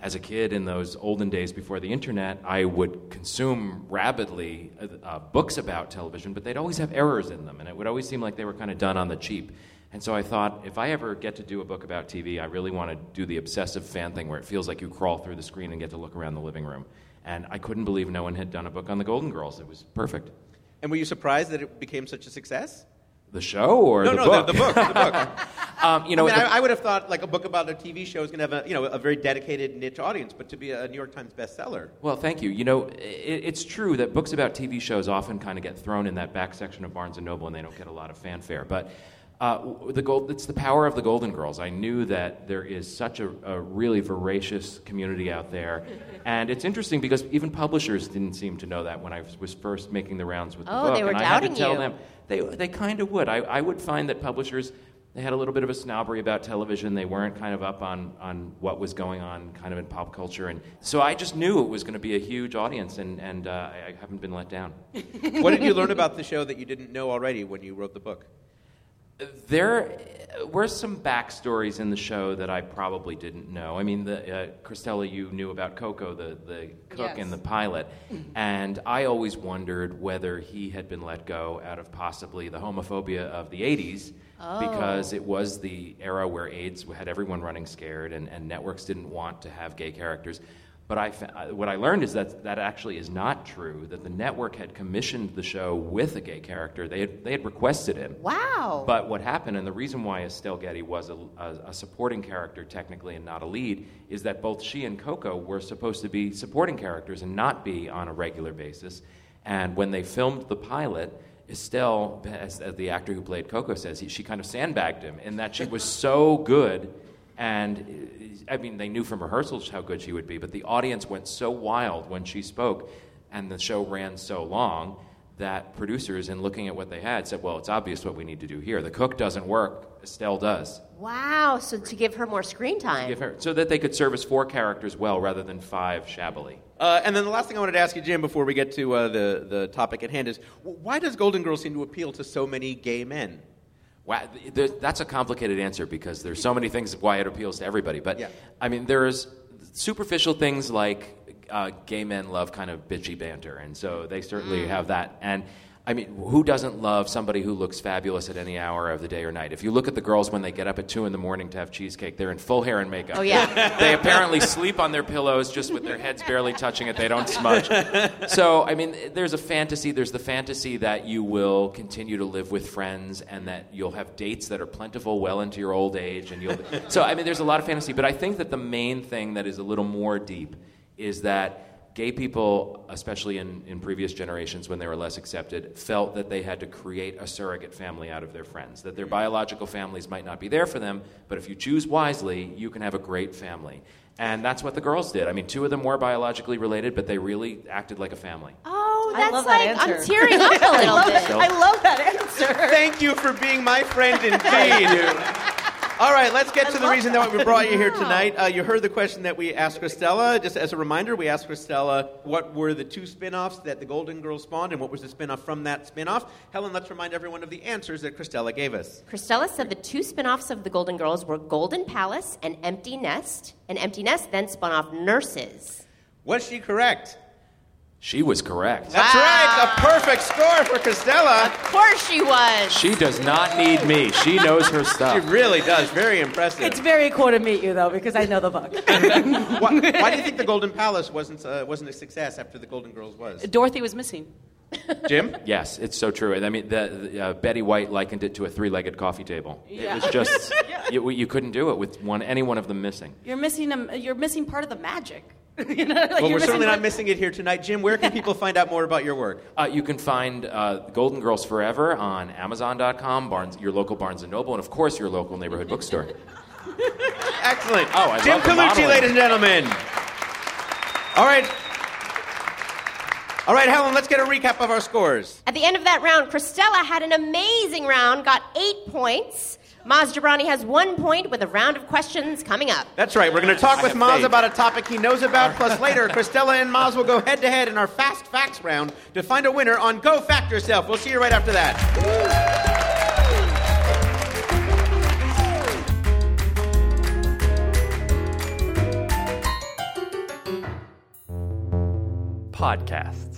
Speaker 5: as a kid in those olden days before the internet, I would consume rapidly uh, uh, books about television, but they'd always have errors in them, and it would always seem like they were kind of done on the cheap. And so I thought, if I ever get to do a book about TV, I really want to do the obsessive fan thing where it feels like you crawl through the screen and get to look around the living room. And I couldn't believe no one had done a book on the Golden Girls. It was perfect.
Speaker 2: And were you surprised that it became such a success?
Speaker 5: The show or
Speaker 2: no,
Speaker 5: the
Speaker 2: no,
Speaker 5: book?
Speaker 2: The, the book. The book.
Speaker 5: Um, you know,
Speaker 2: I, mean,
Speaker 5: the-
Speaker 2: I, I would have thought like a book about a TV show is going to have a, you know, a very dedicated niche audience, but to be a New York Times bestseller.
Speaker 5: well, thank you. You know, i it's true that books about TV shows often kind of get thrown in that back section of Barnes and Noble, and they don't get a lot of fanfare. But uh, w- the gold, it's the power of the Golden Girls. I knew that there is such a, a really voracious community out there, and it's interesting because even publishers didn't seem to know that when I was- was first making the rounds with the
Speaker 1: Oh,
Speaker 5: book.
Speaker 1: they were
Speaker 5: and I had to
Speaker 1: doubting
Speaker 5: tell
Speaker 1: you.
Speaker 5: them They, they kind of would. I, I would find that publishers, they had a little bit of a snobbery about television. They weren't kind of up on, on what was going on kind of in pop culture. And so I just knew it was going to be a huge audience, and, and uh, I, I haven't been let down.
Speaker 2: what did you learn about the show that you didn't know already when you wrote the book?
Speaker 5: There were some backstories in the show that I probably didn't know. I mean, the, uh, Christella, you knew about Coco, the, the cook
Speaker 3: Yes.
Speaker 5: in the pilot, and I always wondered whether he had been let go out of possibly the homophobia of the 80s. Because it was the era where AIDS had everyone running scared, and, and networks didn't want to have gay characters. But I, fa- uh, what I learned is that that actually is not true. That the network had commissioned the show with a gay character. They had, they had requested him.
Speaker 1: Wow.
Speaker 5: But what happened, and the reason why Estelle Getty was a, a, a supporting character technically and not a lead, is that both she and Coco were supposed to be supporting characters and not be on a regular basis. And when they filmed the pilot, Estelle, as, as the actor who played Coco says, he, she kind of sandbagged him in that she was so good. And I mean, they knew from rehearsals how good she would be, but the audience went so wild when she spoke, and the show ran so long that producers, in looking at what they had, said, well, it's obvious what we need to do here. The cook doesn't work, Estelle does.
Speaker 1: Wow. So to give her more screen time.
Speaker 5: Give her- so that they could service four characters well rather than five shabbily.
Speaker 2: Uh, and then the last thing I wanted to ask you, Jim, before we get to uh, the, the topic at hand is w- why does Golden Girls seem to appeal to so many gay men?
Speaker 5: Wow, th- there, that's a complicated answer because there's so many things why it appeals to everybody. But
Speaker 2: Yeah.
Speaker 5: I mean, there's superficial things like uh, gay men love kind of bitchy banter, and so they certainly have that. And I mean, who doesn't love somebody who looks fabulous at any hour of the day or night? If you look at the girls when they get up at two in the morning to have cheesecake, they're in full hair and makeup.
Speaker 1: Oh, yeah.
Speaker 5: they apparently sleep on their pillows just with their heads barely touching it. They don't smudge. So, I mean, there's a fantasy. There's the fantasy that you will continue to live with friends and that you'll have dates that are plentiful well into your old age. And you'll. So, I mean, there's a lot of fantasy. But I think that the main thing that is a little more deep is that gay people, especially in, in previous generations when they were less accepted, felt that they had to create a surrogate family out of their friends, that their biological families might not be there for them, but if you choose wisely, you can have a great family. And that's what the girls did. I mean, two of them were biologically related, but they really acted like a family.
Speaker 1: Oh, Ooh,
Speaker 3: I
Speaker 1: that's
Speaker 3: love
Speaker 1: like
Speaker 3: that
Speaker 1: I'm
Speaker 3: answer.
Speaker 1: tearing up a
Speaker 3: I
Speaker 1: little
Speaker 3: love,
Speaker 1: bit.
Speaker 3: it. I love that answer.
Speaker 2: Thank you for being my friend indeed. All right, let's get to the reason that we brought you here tonight. Uh, you heard the question that we asked Christella. Just as a reminder, we asked Christella what were the two spin offs that the Golden Girls spawned and what was the spin off from that spin off. Helen, let's remind everyone of the answers that Christella gave us.
Speaker 1: Christella said the two spin-offs of the Golden Girls were Golden Palace and Empty Nest. And Empty Nest then spun off Nurses.
Speaker 2: Was she correct?
Speaker 5: She was correct.
Speaker 2: That's right, a perfect score for Christella.
Speaker 1: Of course she was.
Speaker 5: She does not need me. She knows her
Speaker 2: She
Speaker 5: stuff.
Speaker 2: really does. Very impressive.
Speaker 3: It's very cool to meet you though, because I know the book.
Speaker 2: why, why do you think the Golden Palace wasn't, uh, wasn't a success after the Golden Girls was?
Speaker 3: Dorothy was missing.
Speaker 5: Uh,
Speaker 2: Jim?
Speaker 5: Yes, it's so true. And I mean, the, the, uh, Betty White likened it to a three-legged coffee table. It was just you, you couldn't do it with one any one of them missing.
Speaker 3: You're missing a, you're missing part of the magic. you know, like
Speaker 2: Well,
Speaker 3: you're
Speaker 2: we're certainly
Speaker 3: part-
Speaker 2: not missing it here tonight. Jim, where can people find out more about your work?
Speaker 5: Uh, you can find uh, Golden Girls Forever on Amazon.com, Barnes, your local Barnes and Noble, and of course your local neighborhood bookstore.
Speaker 2: Excellent.
Speaker 5: Oh, I
Speaker 2: Jim
Speaker 5: love the
Speaker 2: Colucci,
Speaker 5: modeling.
Speaker 2: ladies and gentlemen. All right. All right, Helen, let's get a recap of our scores.
Speaker 1: At the end of that round, Christella had an amazing round, got eight points. Maz Jabrani has one point with a round of questions coming up.
Speaker 2: That's right. We're going to talk with
Speaker 5: have
Speaker 2: Maz
Speaker 5: faith.
Speaker 2: about a topic he knows about. Plus, later, Christella and Maz will go head to head in our Fast Facts round to find a winner on Go Fact Yourself. We'll see you right after that.
Speaker 9: podcasts.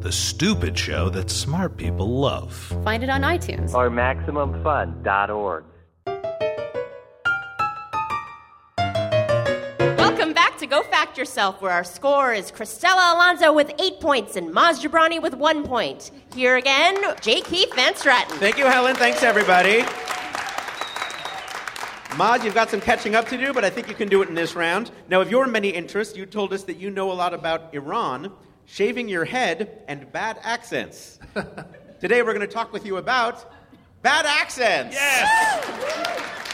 Speaker 10: The stupid show that smart people love. Find it on iTunes.
Speaker 9: Or maximumfun.org.
Speaker 1: Welcome back to Go Fact Yourself, where our score is Christella Alonso with eight points and Maz Jabrani with one point. Here again, J. Keith Van Stratten.
Speaker 2: Thank you, Helen. Thanks, everybody. Maz, you've got some catching up to do, but I think you can do it in this round. Now, of your many interests, you told us that you know a lot about Iran, shaving your head, and bad accents. Today, we're going to talk with you about bad accents. Yes!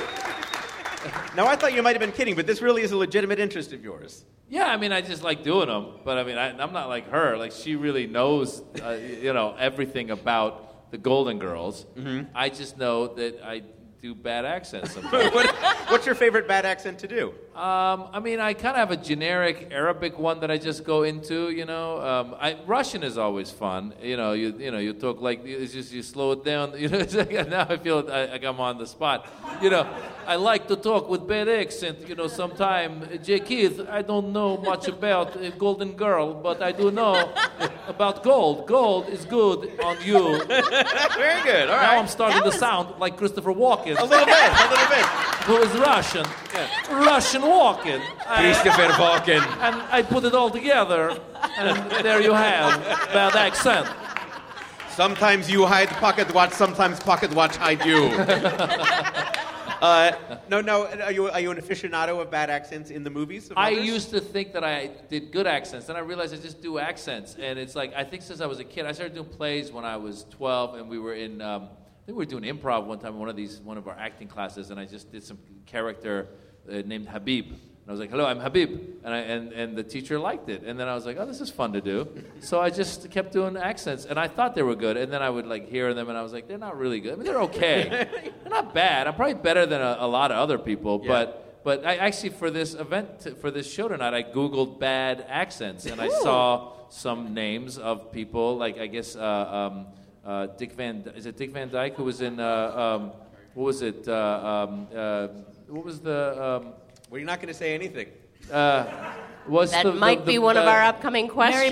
Speaker 2: Woo! Now, I thought you might have been kidding, but this really is a legitimate interest of yours.
Speaker 4: Yeah, I mean, I just like doing them, but I mean, I, I'm not like her. Like she really knows, uh, you know, everything about the Golden Girls. I just know that I do bad accents sometimes.
Speaker 2: What- what's your favorite bad accent to do?
Speaker 4: Um, I mean, I kind of have a generic Arabic one that I just go into, you know. Um, I, Russian is always fun, you know. You you know you talk like it's just you slow it down. You know, it's like, now I feel I, like I'm on the spot. You know, I like to talk with bad accent. You know, sometime Jay Keith, I don't know much about uh, Golden Girl, but I do know about gold. Gold is good on you.
Speaker 2: Very good. All
Speaker 4: Now
Speaker 2: right.
Speaker 4: I'm starting to sound like Christopher Walken,
Speaker 2: A little bit. A little bit.
Speaker 4: who is Russian. Russian Walken. I-
Speaker 2: Christopher Walken.
Speaker 4: and I put it all together, and there you have bad accent.
Speaker 2: Sometimes you hide pocket watch, sometimes pocket watch hide you. uh, no, no. Are you, are you an aficionado of bad accents in the movies? of
Speaker 4: I
Speaker 2: others?
Speaker 4: used to think that I did good accents, then I realized I just do accents, and it's like I think since I was a kid, I started doing plays when I was 12, and we were in. Um, I think we were doing improv one time in one of these one of our acting classes, and I just did some character uh, named Habib. And I was like, "Hello, I'm Habib," and, I, and and the teacher liked it. And then I was like, "Oh, this is fun to do." So I just kept doing accents, and I thought they were good. And then I would like hear them, and I was like, "They're not really good. I mean, they're okay. they're not bad. I'm probably better than a, a lot of other people, but." But I actually, for this event, for this show tonight, I Googled bad accents and I saw some names of people. Like, I guess, uh, um, uh, Dick Van, is it Dick Van Dyke who was in, uh, um, what was it? Uh, um, uh, what was the, um,
Speaker 2: Well, you're not going to say anything.
Speaker 4: What's
Speaker 1: that
Speaker 4: the- the-
Speaker 1: might
Speaker 4: the-
Speaker 1: be one of
Speaker 4: the-
Speaker 1: our upcoming questions.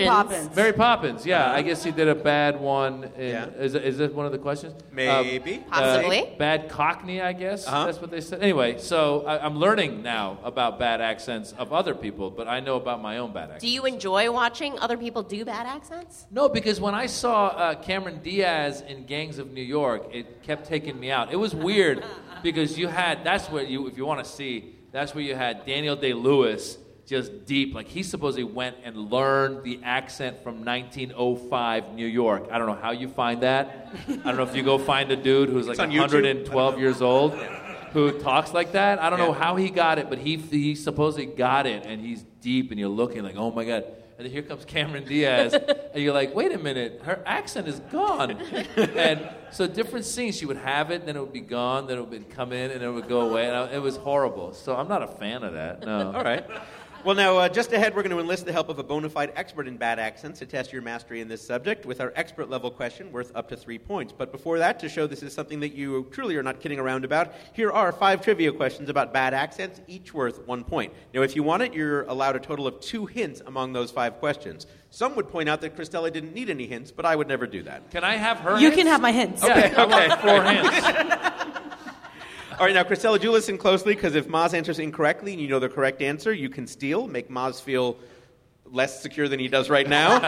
Speaker 4: Mary Poppins. Yeah, I guess he did a bad one. In, Is is that one of the questions? Uh,
Speaker 2: Maybe.
Speaker 4: uh,
Speaker 1: Possibly.
Speaker 4: bad Cockney, I guess.
Speaker 2: Uh-huh.
Speaker 4: That's what they said. Anyway, so I, I'm learning now about bad accents of other people, but I know about my own bad accent.
Speaker 1: Do you enjoy watching other people do bad accents?
Speaker 4: No, because when I saw uh, Cameron Diaz in Gangs of New York, it kept taking me out. It was weird because you had that's where you if you want to see that's where you had Daniel Day Lewis just deep like he supposedly went and learned the accent from 1905 New York. I don't know how you find that. I don't know if you go find a dude who's like
Speaker 2: It's on YouTube.
Speaker 4: 112 years old who talks like that. I don't know how he got it, but he he supposedly got it, and he's deep, and you're looking like, oh my god. And then here comes Cameron Diaz, and you're like, wait a minute, her accent is gone. and so different scenes, she would have it, then it would be gone, then it would come in, and it would go away. And I, it was horrible. So I'm not a fan of that. No.
Speaker 2: All right. Well, now, uh, just ahead, we're going to enlist the help of a bona fide expert in bad accents to test your mastery in this subject with our expert level question worth up to three points. But before that, to show this is something that you truly are not kidding around about, here are five trivia questions about bad accents, each worth one point. Now, if you want it, you're allowed a total of two hints among those five questions. Some would point out that Christella didn't need any hints, but I would never do that.
Speaker 4: Can I have her?
Speaker 3: You can have my hints.
Speaker 4: Okay, yeah, okay. four hints.
Speaker 2: All right, now, Christella, do listen closely because if Maz answers incorrectly and you know the correct answer, you can steal, make Maz feel less secure than he does right now.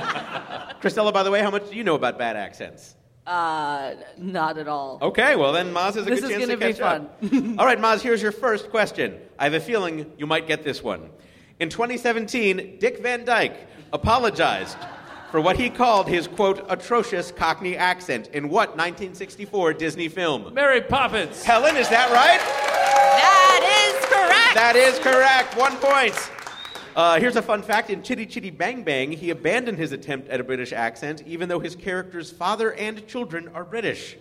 Speaker 2: Christella, by the way, how much do you know about bad accents?
Speaker 3: Uh, not at all.
Speaker 2: Okay, well, then Maz has a
Speaker 3: This
Speaker 2: good
Speaker 3: is
Speaker 2: chance to
Speaker 3: gonna be
Speaker 2: catch up. All right, Maz, here's your first question. I have a feeling you might get this one. In 2017, Dick Van Dyke apologized for what he called his, quote, atrocious Cockney accent in what 1964 Disney film?
Speaker 4: Mary Poppins.
Speaker 2: Helen, is that right?
Speaker 1: That is correct.
Speaker 2: That is correct. One point. Uh, here's a fun fact. In Chitty Chitty Bang Bang, he abandoned his attempt at a British accent, even though his character's father and children are British.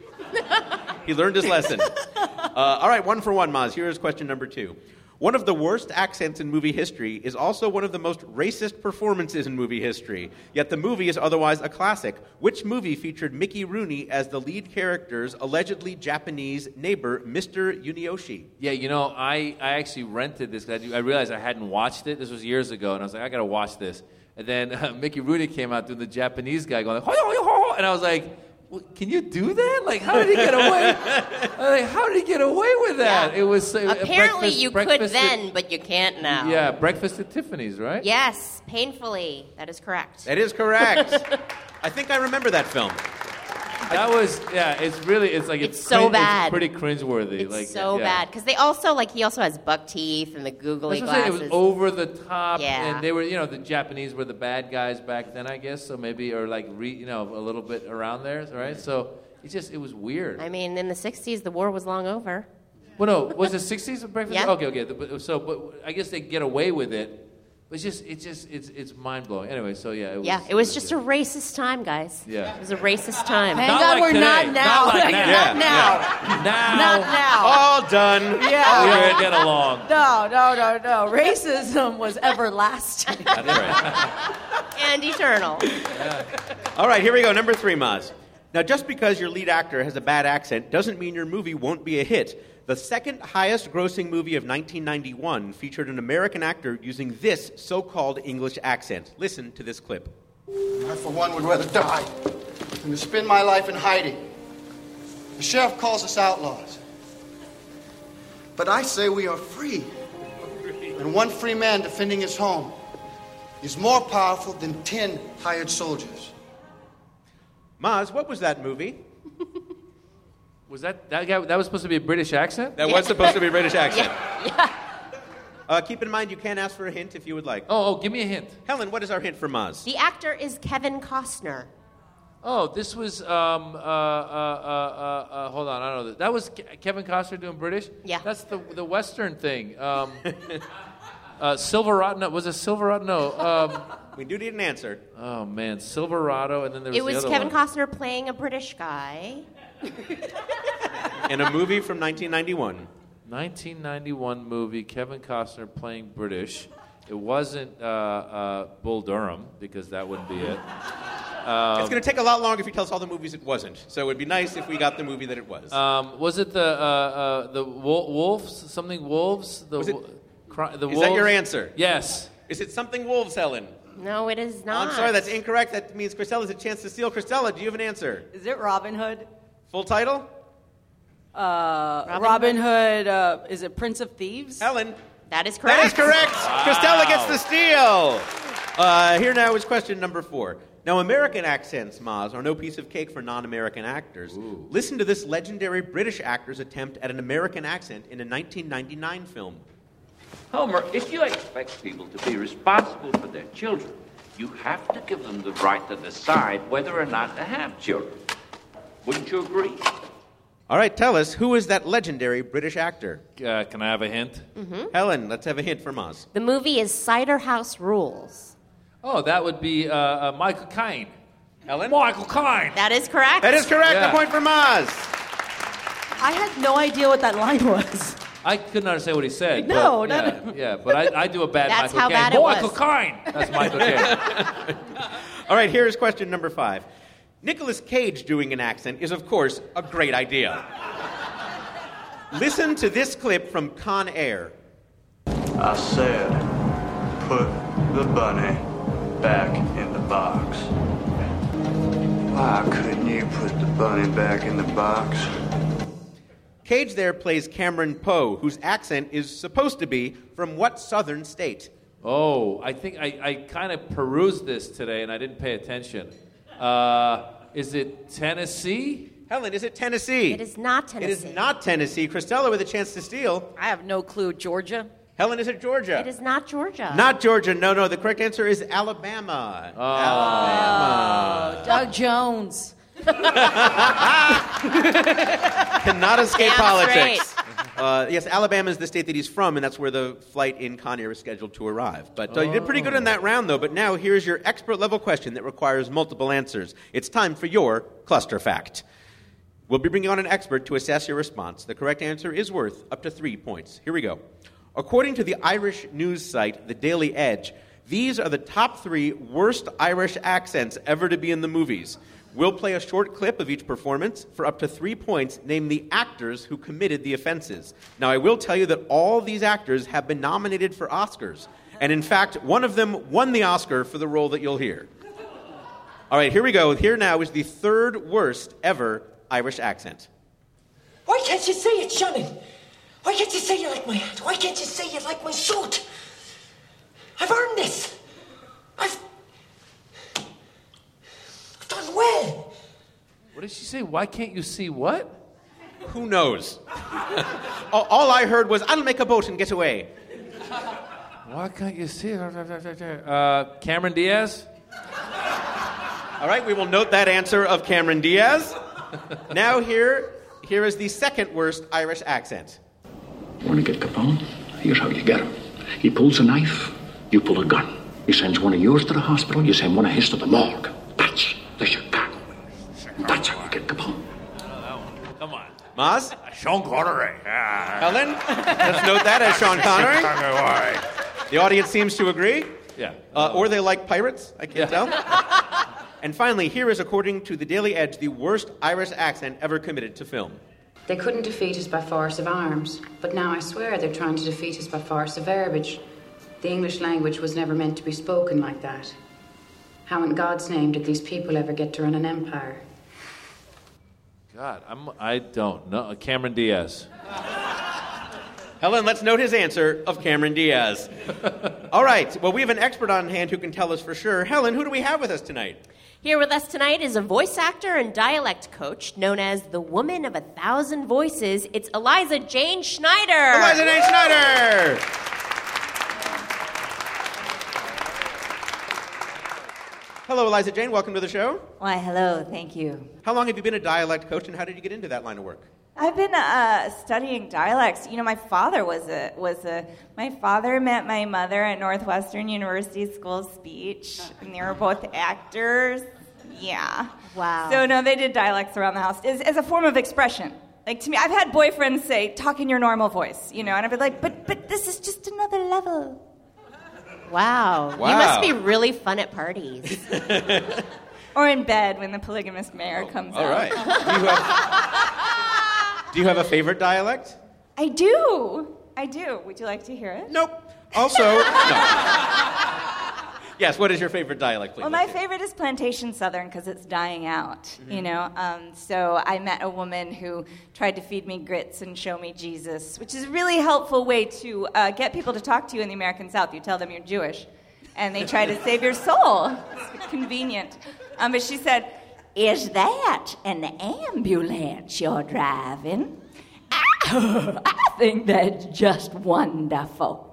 Speaker 2: he learned his lesson. Uh, all right, one for one, Maz. Here is question number two. One of the worst accents in movie history is also one of the most racist performances in movie history, yet the movie is otherwise a classic. Which movie featured Mickey Rooney as the lead character's allegedly Japanese neighbor, Mr. Yunioshi?
Speaker 4: Yeah, you know, I, I actually rented this 'cause I, do- I realized I hadn't watched it. This was years ago, and I was like, I gotta watch this. And then uh, Mickey Rooney came out doing the Japanese guy going, like, "Hoyo, hoyo, hoyo," and I was like, "Well, Can you do that? Like, how did he get away? I was like, how did he get away with that? It was so,
Speaker 1: Apparently,
Speaker 4: Uh, breakfast-
Speaker 1: you could
Speaker 4: breakfast at-
Speaker 1: then, but you can't now.
Speaker 4: yeah, breakfast at Tiffany's, right?
Speaker 1: Yes, painfully. That is correct.
Speaker 2: That is correct. I think I remember that film.
Speaker 4: that was yeah. It's really it's like it's,
Speaker 1: It's so
Speaker 4: crin-
Speaker 1: bad.
Speaker 4: It's pretty cringeworthy.
Speaker 1: It's
Speaker 4: like
Speaker 1: so
Speaker 4: yeah.
Speaker 1: bad because they also like he also has buck teeth and the googly
Speaker 4: That's what I'm saying,
Speaker 1: glasses.
Speaker 4: It was over the top,
Speaker 1: Yeah.
Speaker 4: and they were, you know, the Japanese were the bad guys back then, I guess. So maybe, or like, re, you know, a little bit around there, right? So it just, it was weird.
Speaker 1: I mean, in the '60s, the war was long over.
Speaker 4: well, no, was it sixties of breakfast?
Speaker 1: Yeah.
Speaker 4: Okay, okay. the- but- So, but I guess they get away with it. But it's just, it's just, it's, it's mind blowing. Anyway, so yeah, it was,
Speaker 1: yeah, it was just a racist time, guys.
Speaker 4: Yeah.
Speaker 1: it was a racist time.
Speaker 3: Thank God
Speaker 4: like
Speaker 3: we're
Speaker 4: today.
Speaker 3: not
Speaker 4: Not
Speaker 3: now.
Speaker 4: like
Speaker 3: Not
Speaker 4: now.
Speaker 2: Yeah,
Speaker 3: now.
Speaker 4: now.
Speaker 3: Not now.
Speaker 2: All done.
Speaker 3: Yeah.
Speaker 4: we all get along.
Speaker 3: No, no, no, no. Racism was everlasting.
Speaker 1: and eternal.
Speaker 2: All right, here we go. Number three, Maz. Now, just because your lead actor has a bad accent doesn't mean your movie won't be a hit. The second highest grossing movie of 1991 featured an American actor using this so called English accent. Listen to this clip.
Speaker 11: I, for one, would rather die than to spend my life in hiding. The sheriff calls us outlaws. But I say we are free. And one free man defending his home is more powerful than ten hired soldiers.
Speaker 2: Maz, what was that movie?
Speaker 4: Was that that guy? That was supposed to be a British accent.
Speaker 2: That was supposed to be a British accent. Uh, keep in mind, you can ask for a hint if you would like.
Speaker 4: Oh, oh, give me a hint.
Speaker 2: Helen, what is our hint for Maz?
Speaker 1: The actor is Kevin Costner.
Speaker 4: Oh, this was um uh uh uh, uh, uh hold on, I don't know. That was Ke- Kevin Costner doing British.
Speaker 1: Yeah.
Speaker 4: That's the the Western thing. Um, uh, Silverado no, was it Silverado? No. Um,
Speaker 2: We do need an answer.
Speaker 4: oh man, Silverado, and then there was
Speaker 1: It was
Speaker 4: the other
Speaker 1: Kevin
Speaker 4: one.
Speaker 1: Costner playing a British guy.
Speaker 2: In a movie from 1991.
Speaker 4: 1991 movie. Kevin Costner playing British. It wasn't uh, uh, Bull Durham because that wouldn't be it.
Speaker 2: it's going to take a lot longer if you tell us all the movies it wasn't. So it would be nice if we got the movie that it was.
Speaker 4: Um, was it the uh, uh, the wo- wolves? Something wolves? The
Speaker 2: Was it-
Speaker 4: wo- cri- the
Speaker 2: Is that your
Speaker 4: wolves?
Speaker 2: answer?
Speaker 4: Yes.
Speaker 2: Is it something wolves, Helen?
Speaker 1: No, it
Speaker 4: Oh,
Speaker 1: is not.
Speaker 2: I'm sorry, that's incorrect. That means Christella's a chance to steal. Christella, do you have an answer?
Speaker 3: Is it Robin Hood?
Speaker 2: Full title?
Speaker 3: Uh, Robin, Hood, uh, is it Prince of Thieves?
Speaker 2: Ellen.
Speaker 1: That is
Speaker 2: That is correct. Christella gets the steal. Uh, here now is question number four. Now, American accents, Maz, are no piece of cake for non American actors. Listen to this legendary British actor's attempt at an American accent in a 1999 film.
Speaker 12: Homer, if you expect people to be responsible for their children, you have to give them the right to decide whether or not to have children. Wouldn't you agree?
Speaker 2: All right, tell us, who is that legendary British actor?
Speaker 4: Uh, can I have a hint?
Speaker 1: Mhm.
Speaker 2: Helen, let's have a hint for Maz.
Speaker 1: The movie is Cider House Rules.
Speaker 4: Oh, that would be uh, uh, Michael Caine. Helen? Michael Caine.
Speaker 1: That is correct.
Speaker 4: That is correct. The Yeah. point
Speaker 2: for Maz.
Speaker 3: I had no idea what that line was.
Speaker 4: I couldn't understand what he said.
Speaker 3: No,
Speaker 4: but, yeah,
Speaker 3: no,
Speaker 4: yeah, but I, I do a bad
Speaker 3: That's
Speaker 4: Michael
Speaker 3: how
Speaker 4: Caine.
Speaker 3: bad it
Speaker 4: Michael
Speaker 3: was.
Speaker 4: Caine. That's Michael Caine.
Speaker 2: All right, here is question number five. Nicolas Cage doing an accent is, of course, a great idea. Listen to this clip from Con Air.
Speaker 13: I said, put the bunny back in the box. Why couldn't you put the bunny back in the box?
Speaker 2: Cage there plays Cameron Poe, whose accent is supposed to be from what southern state?
Speaker 4: Oh, I think I, I kind of perused this today and I didn't pay attention. Uh, is it Tennessee?
Speaker 2: Helen, is it Tennessee?
Speaker 1: It is not
Speaker 2: It is
Speaker 1: Tennessee.
Speaker 2: not Tennessee. Christella with a chance to steal.
Speaker 3: I have no clue. Georgia?
Speaker 2: Helen, is it Georgia?
Speaker 1: It is not Georgia.
Speaker 2: Not Georgia. No, no. The correct answer is Alabama. Alabama.
Speaker 3: Doug Jones.
Speaker 2: Cannot escape
Speaker 3: Damn
Speaker 2: politics. Uh, yes, Alabama is the state that he's from, and that's where the flight in Conair is scheduled to arrive. But uh, you did pretty good in that round, though. But now here's your expert level question that requires multiple answers. It's time for your cluster fact. We'll be bringing on an expert to assess your response. The correct answer is worth up to three points. Here we go. According to the Irish news site, The Daily Edge, these are the top three worst Irish accents ever to be in the movies. We'll play a short clip of each performance for up to three points. Name the actors who committed the offenses. Now, I will tell you that all these actors have been nominated for Oscars. And in fact, one of them won the Oscar for the role that you'll hear. All right, here we go. Here now is the third worst ever Irish accent.
Speaker 14: Why can't you say it, Shannon? Why can't you say it like my hat? Why can't you say it like my suit? I've earned this. I've, I've done well.
Speaker 4: What did she say? Why can't you see what?
Speaker 2: Who knows? all, all I heard was, I'll make a boat and get away.
Speaker 4: Why can't you see? Uh, Cameron Diaz?
Speaker 2: All right, we will note that answer of Cameron Diaz. now, here, here is the second worst Irish accent.
Speaker 15: Want to get Capone? Here's how you get him. He pulls a knife, you pull a gun. He sends one of yours to the hospital, you send one of his to the morgue. That's the Chicago way. That's how you get Capone.
Speaker 4: Come on.
Speaker 2: Maz?
Speaker 15: Sean Connery. Ah.
Speaker 2: Helen? Let's note that as Sean Connery. The audience seems to agree.
Speaker 4: Yeah.
Speaker 2: Uh, or they like pirates. I can't tell. and finally, here is, according to the Daily Edge, the worst Irish accent ever committed to film.
Speaker 16: They couldn't defeat us by force of arms, but now I swear they're trying to defeat us by force of verbiage. The English language was never meant to be spoken like that. How in God's name did these people ever get to run an empire?
Speaker 4: God, I'm, I don't know. Cameron Diaz.
Speaker 2: Helen, let's note his answer of Cameron Diaz. All right. Well, we have an expert on hand who can tell us for sure. Helen, who do we have with us tonight?
Speaker 1: Here with us tonight is a voice actor and dialect coach known as the Woman of a Thousand Voices. It's Eliza Jane Schneider.
Speaker 2: Eliza Jane Schneider. Hello, Eliza Jane. Welcome to the show.
Speaker 17: Why, hello, thank you.
Speaker 2: How long have you been a dialect coach, and how did you get into that line of work?
Speaker 17: I've been uh, studying dialects. You know, my father was a was a my father met my mother at Northwestern University School of Speech, and they were both actors. Yeah.
Speaker 18: Wow.
Speaker 17: So no, they did dialects around the house as, as a form of expression. Like to me, I've had boyfriends say, "Talk in your normal voice," you know, and I've been like, "But but this is just another level."
Speaker 1: Wow. You
Speaker 17: Wow.
Speaker 1: must be really fun at parties.
Speaker 17: Or in bed when the polygamous mayor comes
Speaker 2: Oh, All
Speaker 17: out.
Speaker 2: right. Do you have, do you have a favorite dialect?
Speaker 17: I do. I do. Would you like to hear it?
Speaker 2: Nope. Also, no. Yes, what is your favorite dialect, please?
Speaker 4: Well, my favorite is Plantation Southern because it's dying out, you
Speaker 2: Mhm.
Speaker 4: know. Um, so I met a woman who tried to feed me grits and show me Jesus, which is a really helpful way to uh, get people to talk to you in the American South. You tell them you're Jewish, and they try to save your soul. It's convenient. Um, but she said, "Is that an ambulance you're driving?" I think that's just wonderful.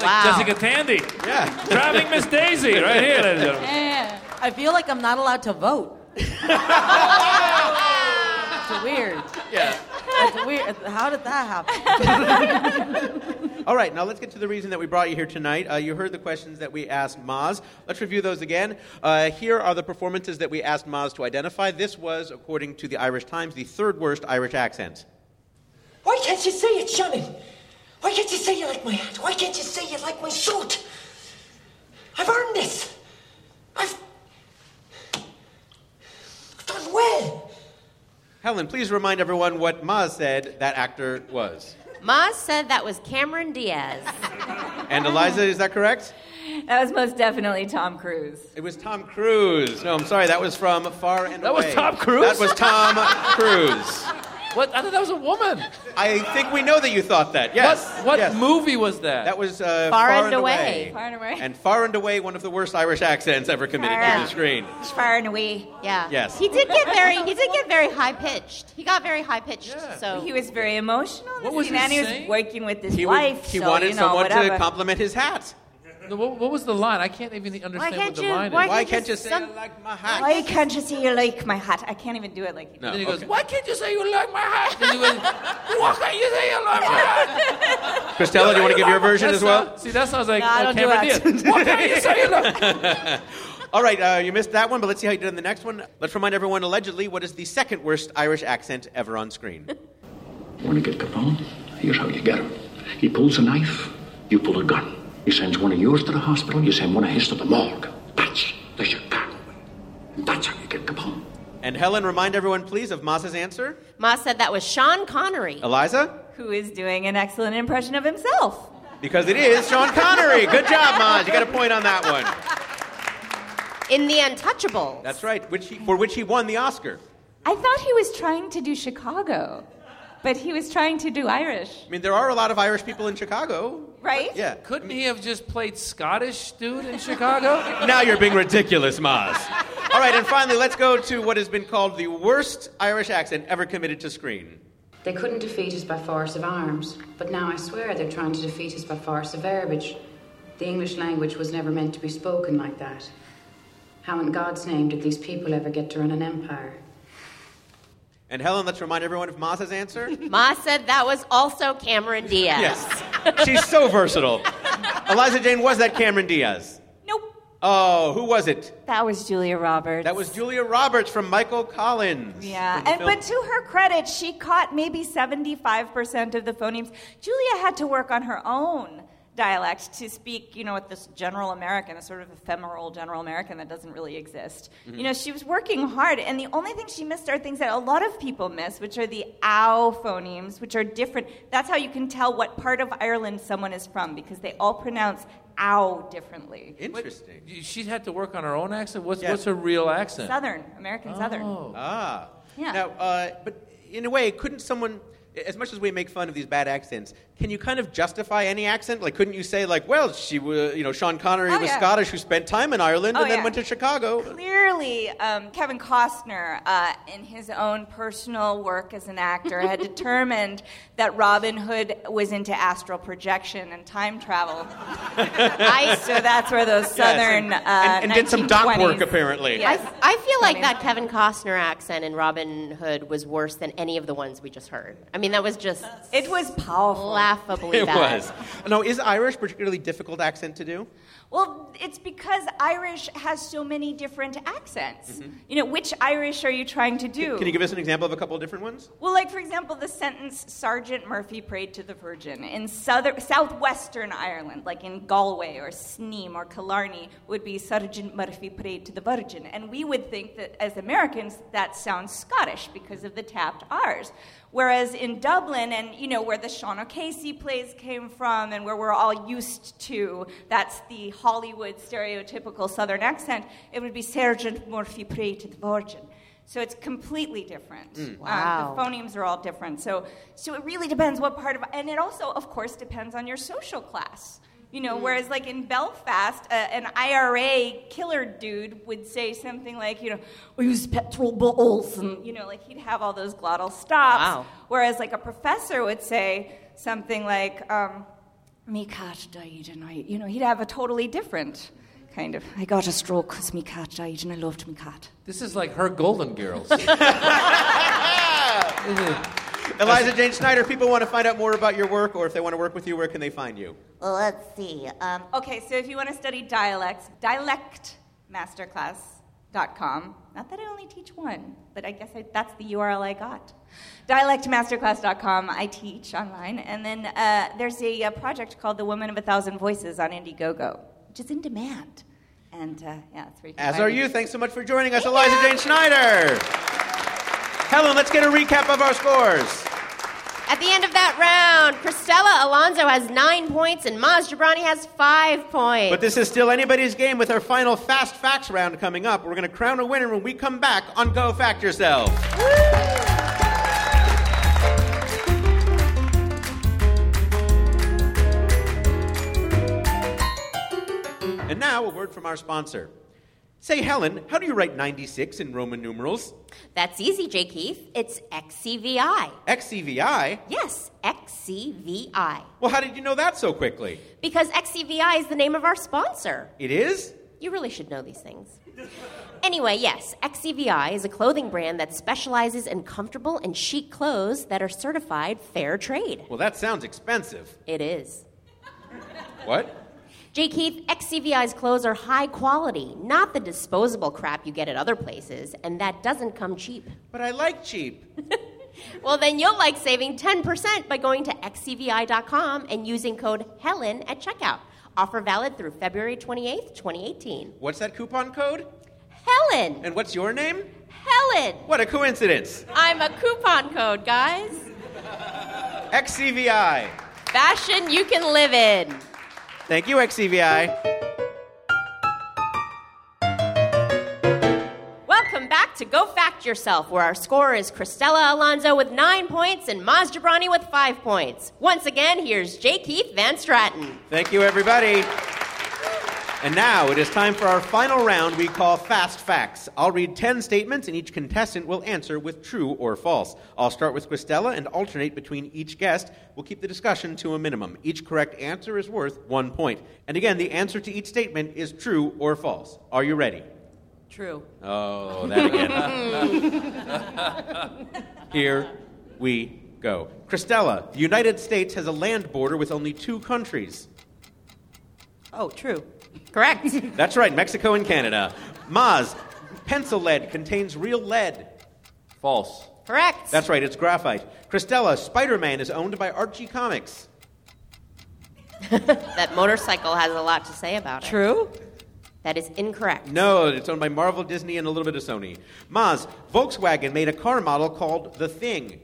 Speaker 6: Jessica Tandy. Yeah. Driving Miss Daisy right here, ladies and gentlemen.
Speaker 3: I feel like I'm not allowed to vote. it's weird.
Speaker 2: Yeah.
Speaker 3: It's weird. How did that happen?
Speaker 2: All right, now let's get to the reason that we brought you here tonight. Uh, you heard the questions that we asked Maz. Let's review those again. Uh, here are the performances that we asked Maz to identify. This was, according to the Irish Times, the third worst Irish accent.
Speaker 19: Why can't you say it, Shannon? Why can't you say you like my hat? Why can't you say you like my suit? I've earned this. I've I've done well.
Speaker 2: Helen, please remind everyone what Maz said that actor was.
Speaker 1: Maz said that was Cameron Diaz.
Speaker 2: And Eliza, is that correct?
Speaker 4: That was most definitely Tom Cruise.
Speaker 2: It was Tom Cruise. No, I'm sorry, that was from Far and
Speaker 6: That was
Speaker 2: Away.
Speaker 6: Tom Cruise?
Speaker 2: That was Tom Cruise.
Speaker 6: What? I thought that was a woman.
Speaker 2: I think we know that you thought that. Yes.
Speaker 6: What- what movie was that?
Speaker 2: That was uh,
Speaker 4: Far
Speaker 2: Far,
Speaker 4: and
Speaker 2: and
Speaker 4: Away.
Speaker 2: Away.
Speaker 4: Far and Away.
Speaker 2: And Far and Away, one of the worst Irish accents ever committed
Speaker 4: Yeah.
Speaker 2: to the screen.
Speaker 4: Far and away.
Speaker 1: Yeah.
Speaker 2: Yes.
Speaker 1: He did get very he did get very high pitched. He got very high pitched. So
Speaker 4: He was very emotional. in the
Speaker 1: was
Speaker 4: scene,
Speaker 1: he
Speaker 4: and he was
Speaker 1: saying?
Speaker 4: working with his
Speaker 2: He, wa-
Speaker 4: wife.
Speaker 2: he
Speaker 4: so,
Speaker 2: wanted
Speaker 4: you know,
Speaker 2: someone
Speaker 4: whatever.
Speaker 2: to compliment his hat.
Speaker 6: No, what, what was the line? I can't even understand
Speaker 4: can't
Speaker 6: what the
Speaker 4: you-
Speaker 6: line
Speaker 4: why
Speaker 6: is.
Speaker 4: Why can't you can't you say, some- "I
Speaker 2: like my
Speaker 4: Why can't you say you like my hat? I can't even do it like he
Speaker 6: No,
Speaker 4: did.
Speaker 6: Then he goes, okay.
Speaker 4: Why can't you say you like my hat? Why can't you say you like my
Speaker 2: Christella, do you want to give your version
Speaker 6: That's
Speaker 2: as well?
Speaker 6: not- see, that sounds like
Speaker 4: No, I
Speaker 6: uh,
Speaker 4: don't do
Speaker 6: Cameron
Speaker 4: accents.
Speaker 6: Diaz. What can you say?
Speaker 2: All right, uh, you missed that one, but let's see how you did in the next one. Let's remind everyone allegedly what is the second worst Irish accent ever on screen.
Speaker 20: Want to get Capone? Here's how you get him. He pulls a knife, you pull a gun. He sends one of yours to the hospital, you send one of his to the morgue. That's the Chicago way. And that's how you get Capone.
Speaker 2: And Helen, remind everyone, please, of Maz's answer.
Speaker 1: Ma said that was Sean Connery.
Speaker 2: Eliza?
Speaker 4: Who is doing an excellent impression of himself.
Speaker 2: Because it is Sean Connery. Good job, Maz. You got a point on that one.
Speaker 1: In The Untouchable.
Speaker 2: That's right, which he, for which he won the Oscar.
Speaker 4: I thought he was trying to do Chicago, but he was trying to do Irish,
Speaker 2: I mean, there are a lot of Irish people in Chicago.
Speaker 4: right?
Speaker 2: Yeah.
Speaker 6: Couldn't he have just played Scottish dude in Chicago?
Speaker 2: Now you're being ridiculous, Maz. All right, and finally, let's go to what has been called the worst Irish accent ever committed to screen.
Speaker 21: They couldn't defeat us by force of arms, but now I swear they're trying to defeat us by force of verbiage. The English language was never meant to be spoken like that. How in God's name did these people ever get to run an empire?
Speaker 2: And Helen, let's remind everyone of Maz's answer.
Speaker 1: Ma said that was also Cameron Diaz.
Speaker 2: Yes. She's so versatile. Eliza Jane, was that Cameron Diaz?
Speaker 4: Nope.
Speaker 2: Oh, who was it?
Speaker 4: That was Julia Roberts.
Speaker 2: That was Julia Roberts from Michael Collins.
Speaker 4: Yeah,
Speaker 2: From the
Speaker 4: and,
Speaker 2: film-
Speaker 4: but to her credit, she caught maybe 75% of the phonemes. Julia had to work on her own dialect to speak, you know, with this general American, a sort of ephemeral general American that doesn't really exist.
Speaker 22: Mhm.
Speaker 4: You know, she was working hard, and the only thing she missed are things that a lot of people miss, which are the ow phonemes, which are different. That's how you can tell what part of Ireland someone is from, because they all pronounce ow differently.
Speaker 2: Interesting.
Speaker 6: She had to work on her own accent. What's
Speaker 2: Yeah.
Speaker 6: what's her real accent?
Speaker 4: Southern, American Southern.
Speaker 2: Ah.
Speaker 4: Yeah.
Speaker 2: Now, uh, but in a way, couldn't someone, as much as we make fun of these bad accents, can you kind of justify any accent? Like, couldn't you say, like, well, she was, you know, Sean Connery
Speaker 4: Oh,
Speaker 2: was
Speaker 4: yeah.
Speaker 2: Scottish who spent time in Ireland
Speaker 4: Oh,
Speaker 2: and then
Speaker 4: yeah. Uh,
Speaker 2: went to Chicago?
Speaker 4: clearly um, Kevin Costner, uh, in his own personal work as an actor, had determined that Robin Hood was into astral projection and time travel. I, so that's where those
Speaker 1: Yes, and-
Speaker 4: southern uh,
Speaker 2: and, and did some dock
Speaker 4: 1920s
Speaker 2: work, apparently.
Speaker 1: I, I feel like that Kevin Costner accent in Robin Hood was worse than any of the ones we just heard. I mean, that was just
Speaker 4: it was powerful,
Speaker 1: laughably
Speaker 2: It
Speaker 1: bad.
Speaker 2: was. No, is Irish particularly difficult accent to do?
Speaker 4: Well, it's because Irish has so many different accents.
Speaker 2: Mhm.
Speaker 4: You know, which Irish are you trying to do?
Speaker 2: Can you give us an example of a couple of different ones?
Speaker 4: Well, like for example, the sentence "Sergeant Murphy prayed to the Virgin" in southern, southwestern Ireland, like in Galway or Sneem or Killarney, would be "Sergeant Murphy prayed to the Virgin," and we would think that as Americans that sounds Scottish because of the tapped R's. Whereas in Dublin, and you know where the Sean O'Casey plays came from, and where we're all used to, that's the Hollywood stereotypical Southern accent. It would be "Sergeant Murphy prayed to the Virgin." So it's completely different.
Speaker 23: Mm.
Speaker 4: Um,
Speaker 23: Wow.
Speaker 4: the phonemes are all different. So, so it really depends what part of, and it also, of course, depends on your social class. You know,
Speaker 23: Mm.
Speaker 4: whereas like in Belfast, uh, an IRA killer dude would say something like, you know, we use petrol balls, and you know, like he'd have all those glottal stops.
Speaker 23: Wow.
Speaker 4: Whereas like a professor would say something like, um, "Me cat died, and I," you know, he'd have a totally different kind of. I got a stroke because me cat died, and I loved me cat.
Speaker 5: This is like her Golden Girls.
Speaker 2: Eliza Jane Snyder, if people want to find out more about your work or if they want to work with you, where can they find you?
Speaker 4: Let's see. Um, okay, so if you want to study dialects, dialectmasterclass.com. Not that I only teach one, but I guess I, that's the URL I got. Dialectmasterclass.com, I teach online. And then uh, there's a, uh project called The Woman of a Thousand Voices on Indiegogo, which is in demand. And uh, yeah, it's very
Speaker 2: As are you. Thanks so much for joining us, Eliza Jane Schneider. Helen, let's get a recap of our scores.
Speaker 1: At the end of that round, Cristela Alonso has nine points and Maz Jabrani has five points.
Speaker 2: But this is still anybody's game with our final fast facts round coming up. We're going to crown a winner when we come back on Go Fact Yourself. And now, a word from our sponsor. Say, Helen, how do you write 96 in Roman numerals?
Speaker 1: That's easy, Jay Keith. It's XCVI.
Speaker 2: XCVI?
Speaker 1: Yes, XCVI.
Speaker 2: E Well, how did you know that so quickly?
Speaker 1: Because XCVI is the name of our sponsor.
Speaker 2: It is?
Speaker 1: You really should know these things. Anyway, yes, XCVI is a clothing brand that specializes in comfortable and chic clothes that are certified fair trade.
Speaker 2: Well, that sounds expensive.
Speaker 1: It is.
Speaker 2: What?
Speaker 1: Jay Keith, XCVI's clothes are high quality, not the disposable crap you get at other places, and that doesn't come cheap.
Speaker 2: But I like cheap.
Speaker 1: Well, then you'll like saving 10% by going to E xcvi.com and using code HELEN at checkout. Offer valid through February 28th, 2018.
Speaker 2: What's that coupon code?
Speaker 1: Helen!
Speaker 2: And what's your name?
Speaker 1: Helen!
Speaker 2: What a coincidence.
Speaker 1: I'm a coupon code, guys.
Speaker 2: XCVI.
Speaker 1: Fashion you can live in.
Speaker 2: Thank you, XCVI.
Speaker 1: Welcome back to Go Fact Yourself, where our score is Cristela Alonso with nine points and Maz Jabrani with five points. Once again, here's J. Keith Van Stratton.
Speaker 2: Thank you, everybody. And now it is time for our final round we call Fast Facts. I'll read 10 statements and each contestant will answer with true or false. I'll start with Quistella and alternate between each guest. We'll keep the discussion to a minimum. Each correct answer is worth one point. And again, the answer to each statement is true or false. Are you ready?
Speaker 3: True.
Speaker 2: Oh, that again. Here we go. Cristela, the United States has a land border with only two countries.
Speaker 3: Oh, true.
Speaker 1: Correct.
Speaker 2: That's right, Mexico and Canada. Maz, pencil lead contains real lead. False.
Speaker 1: Correct.
Speaker 2: That's right, it's graphite. Cristela, Spider Man is owned by Archie Comics.
Speaker 1: That motorcycle has a lot to say about it.
Speaker 3: True?
Speaker 1: That is incorrect.
Speaker 2: No, it's owned by Marvel, Disney, and a little bit of Sony. Maz, Volkswagen made a car model called The Thing.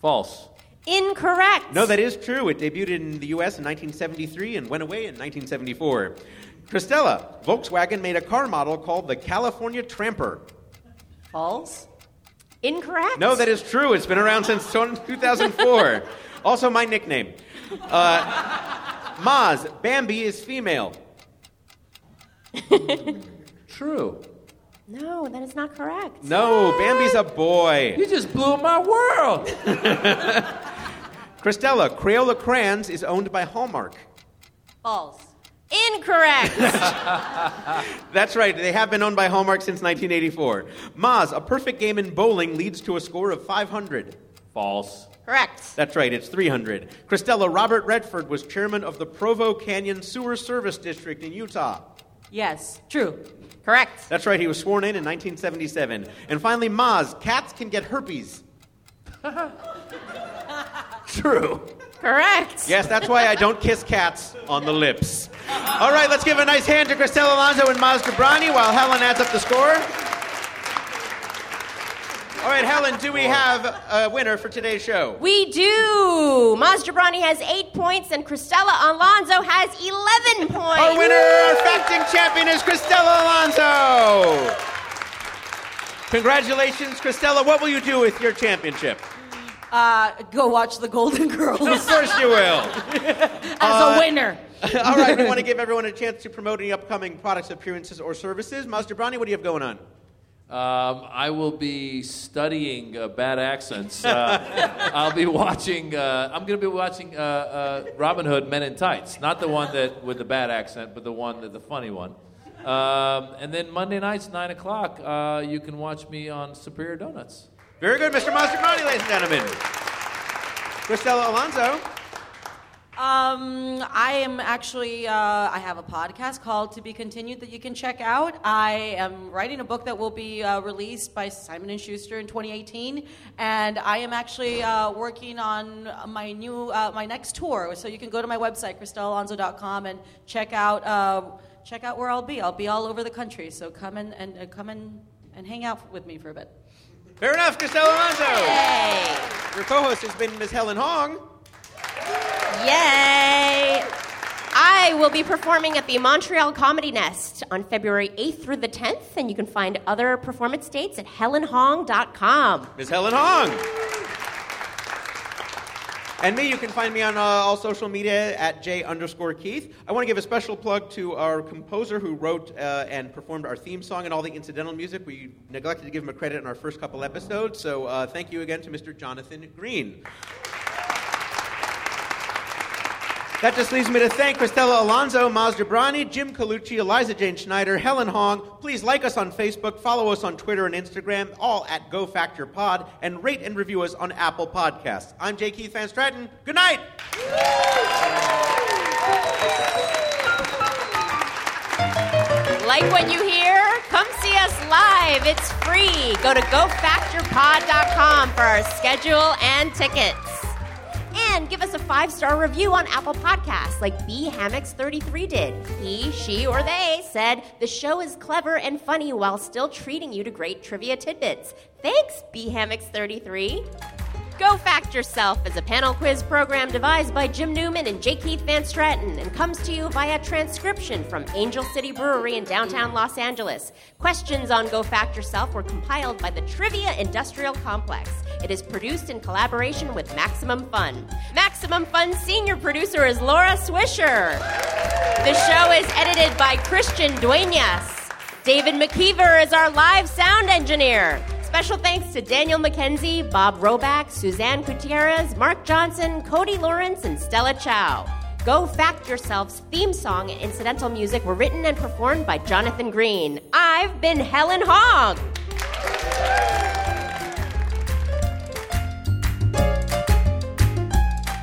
Speaker 2: False.
Speaker 1: Incorrect.
Speaker 2: No, that is true. It debuted in the U.S. in 1973 and went away in 1974. Cristela, Volkswagen made a car model called the California Tramper.
Speaker 3: False.
Speaker 1: Incorrect.
Speaker 2: No, that is true. It's been around since 2004. also, my nickname. Uh, Maz, Bambi is female. true.
Speaker 1: No, that is not correct.
Speaker 2: No, Bambi's a boy.
Speaker 5: You just blew my world.
Speaker 2: Cristela, Crayola Crayons is owned by Hallmark.
Speaker 1: False. Incorrect.
Speaker 2: That's right. They have been owned by Hallmark since 1984. Maz, a perfect game in bowling leads to a score of 500.
Speaker 4: False.
Speaker 1: Correct.
Speaker 2: That's right, it's 300. Christella Robert Redford was chairman of the Provo Canyon Sewer Service District in Utah.
Speaker 3: Yes, true.
Speaker 1: Correct.
Speaker 2: That's right, he was sworn in in 1977. And finally, Maz, cats can get herpes. True.
Speaker 1: Correct.
Speaker 2: Yes, that's why I don't kiss cats on the lips. All right, let's give a nice hand to Christelle Alonso and Maz Dobrani while Helen adds up the score. All right, Helen, do we have a winner for today's show?
Speaker 1: We do. Maz Jabrani has eight points, and Cristela Alonso has 11 points.
Speaker 2: Our winner, our facting champion, is Cristela Alonso. Congratulations, Cristela. What will you do with your championship?
Speaker 3: Uh, go watch The Golden Girls.
Speaker 2: Of course you will.
Speaker 3: As
Speaker 2: Uh,
Speaker 3: a winner.
Speaker 2: All right, we want to give everyone a chance to promote any upcoming products, appearances, or services. Maz Jabrani, what do you have going on?
Speaker 4: Um, I will be studying uh, bad accents. Uh, I'll be watching. Uh, I'm going to be watching uh, uh, Robin Hood: Men in Tights, not the one that with the bad accent, but the one that the funny one. Um, and then Monday nights, nine o'clock, uh, you can watch me on Superior Donuts.
Speaker 2: Very good, Mr. Maserati, ladies and gentlemen. Cristela Alonso.
Speaker 3: Um, I am actually, uh, I have a podcast called To Be Continued that you can check out. I am writing a book that will be uh, released by Simon & Schuster in 2018. And I am actually uh, working on my new, uh, my next tour. So you can go to my website, ChristelaAlonso.com, and check out, uh, check out where I'll be. I'll be all over the country. So come and, and uh, come and, and hang out with me for a bit.
Speaker 2: Fair enough, Cristela Alonso. Your co-host has been Ms. Helen Hong.
Speaker 1: Yay! I will be performing at the Montreal Comedy Nest on February 8th through the 10th, and you can find other performance dates at helenhong.com.
Speaker 2: Ms. Helen Hong. And me, you can find me on uh, all social media at J underscore Keith. I want to give a special plug to our composer who wrote uh, and performed our theme song and all the incidental music. We neglected to give him a credit in our first couple episodes, so uh, thank you again to Mr. Jonathan Green. That just leaves me to thank Cristela Alonso, Maz Jabrani, Jim Colucci, Eliza Jane Schneider, Helen Hong. Please like us on Facebook, follow us on Twitter and Instagram, all at GoFactorPod, and rate and review us on Apple Podcasts. I'm J. Keith Van Stratton. Good night.
Speaker 1: Like what you hear? Come see us live. It's free. Go to gofactorpod.com for our schedule and tickets. And give us a five star review on Apple Podcasts, like B Hammocks33 did. He, she, or they said, The show is clever and funny while still treating you to great trivia tidbits. Thanks, B Hammocks33. Go Fact Yourself is a panel quiz program devised by Jim Newman and J. Keith Van Stratton and comes to you via transcription from Angel City Brewery in downtown Los Angeles. Questions on Go Fact Yourself were compiled by the Trivia Industrial Complex. It is produced in collaboration with Maximum Fun. Maximum Fun's senior producer is Laura Swisher. The show is edited by Christian Duenas. David McKeever is our live sound engineer. Special thanks to Daniel McKenzie, Bob Roback, Suzanne Gutierrez, Mark Johnson, Cody Lawrence, and Stella Chow. Go Fact Yourself's theme song and incidental music were written and performed by Jonathan Green. I've been Helen Hogg.
Speaker 18: MaximumFun.org.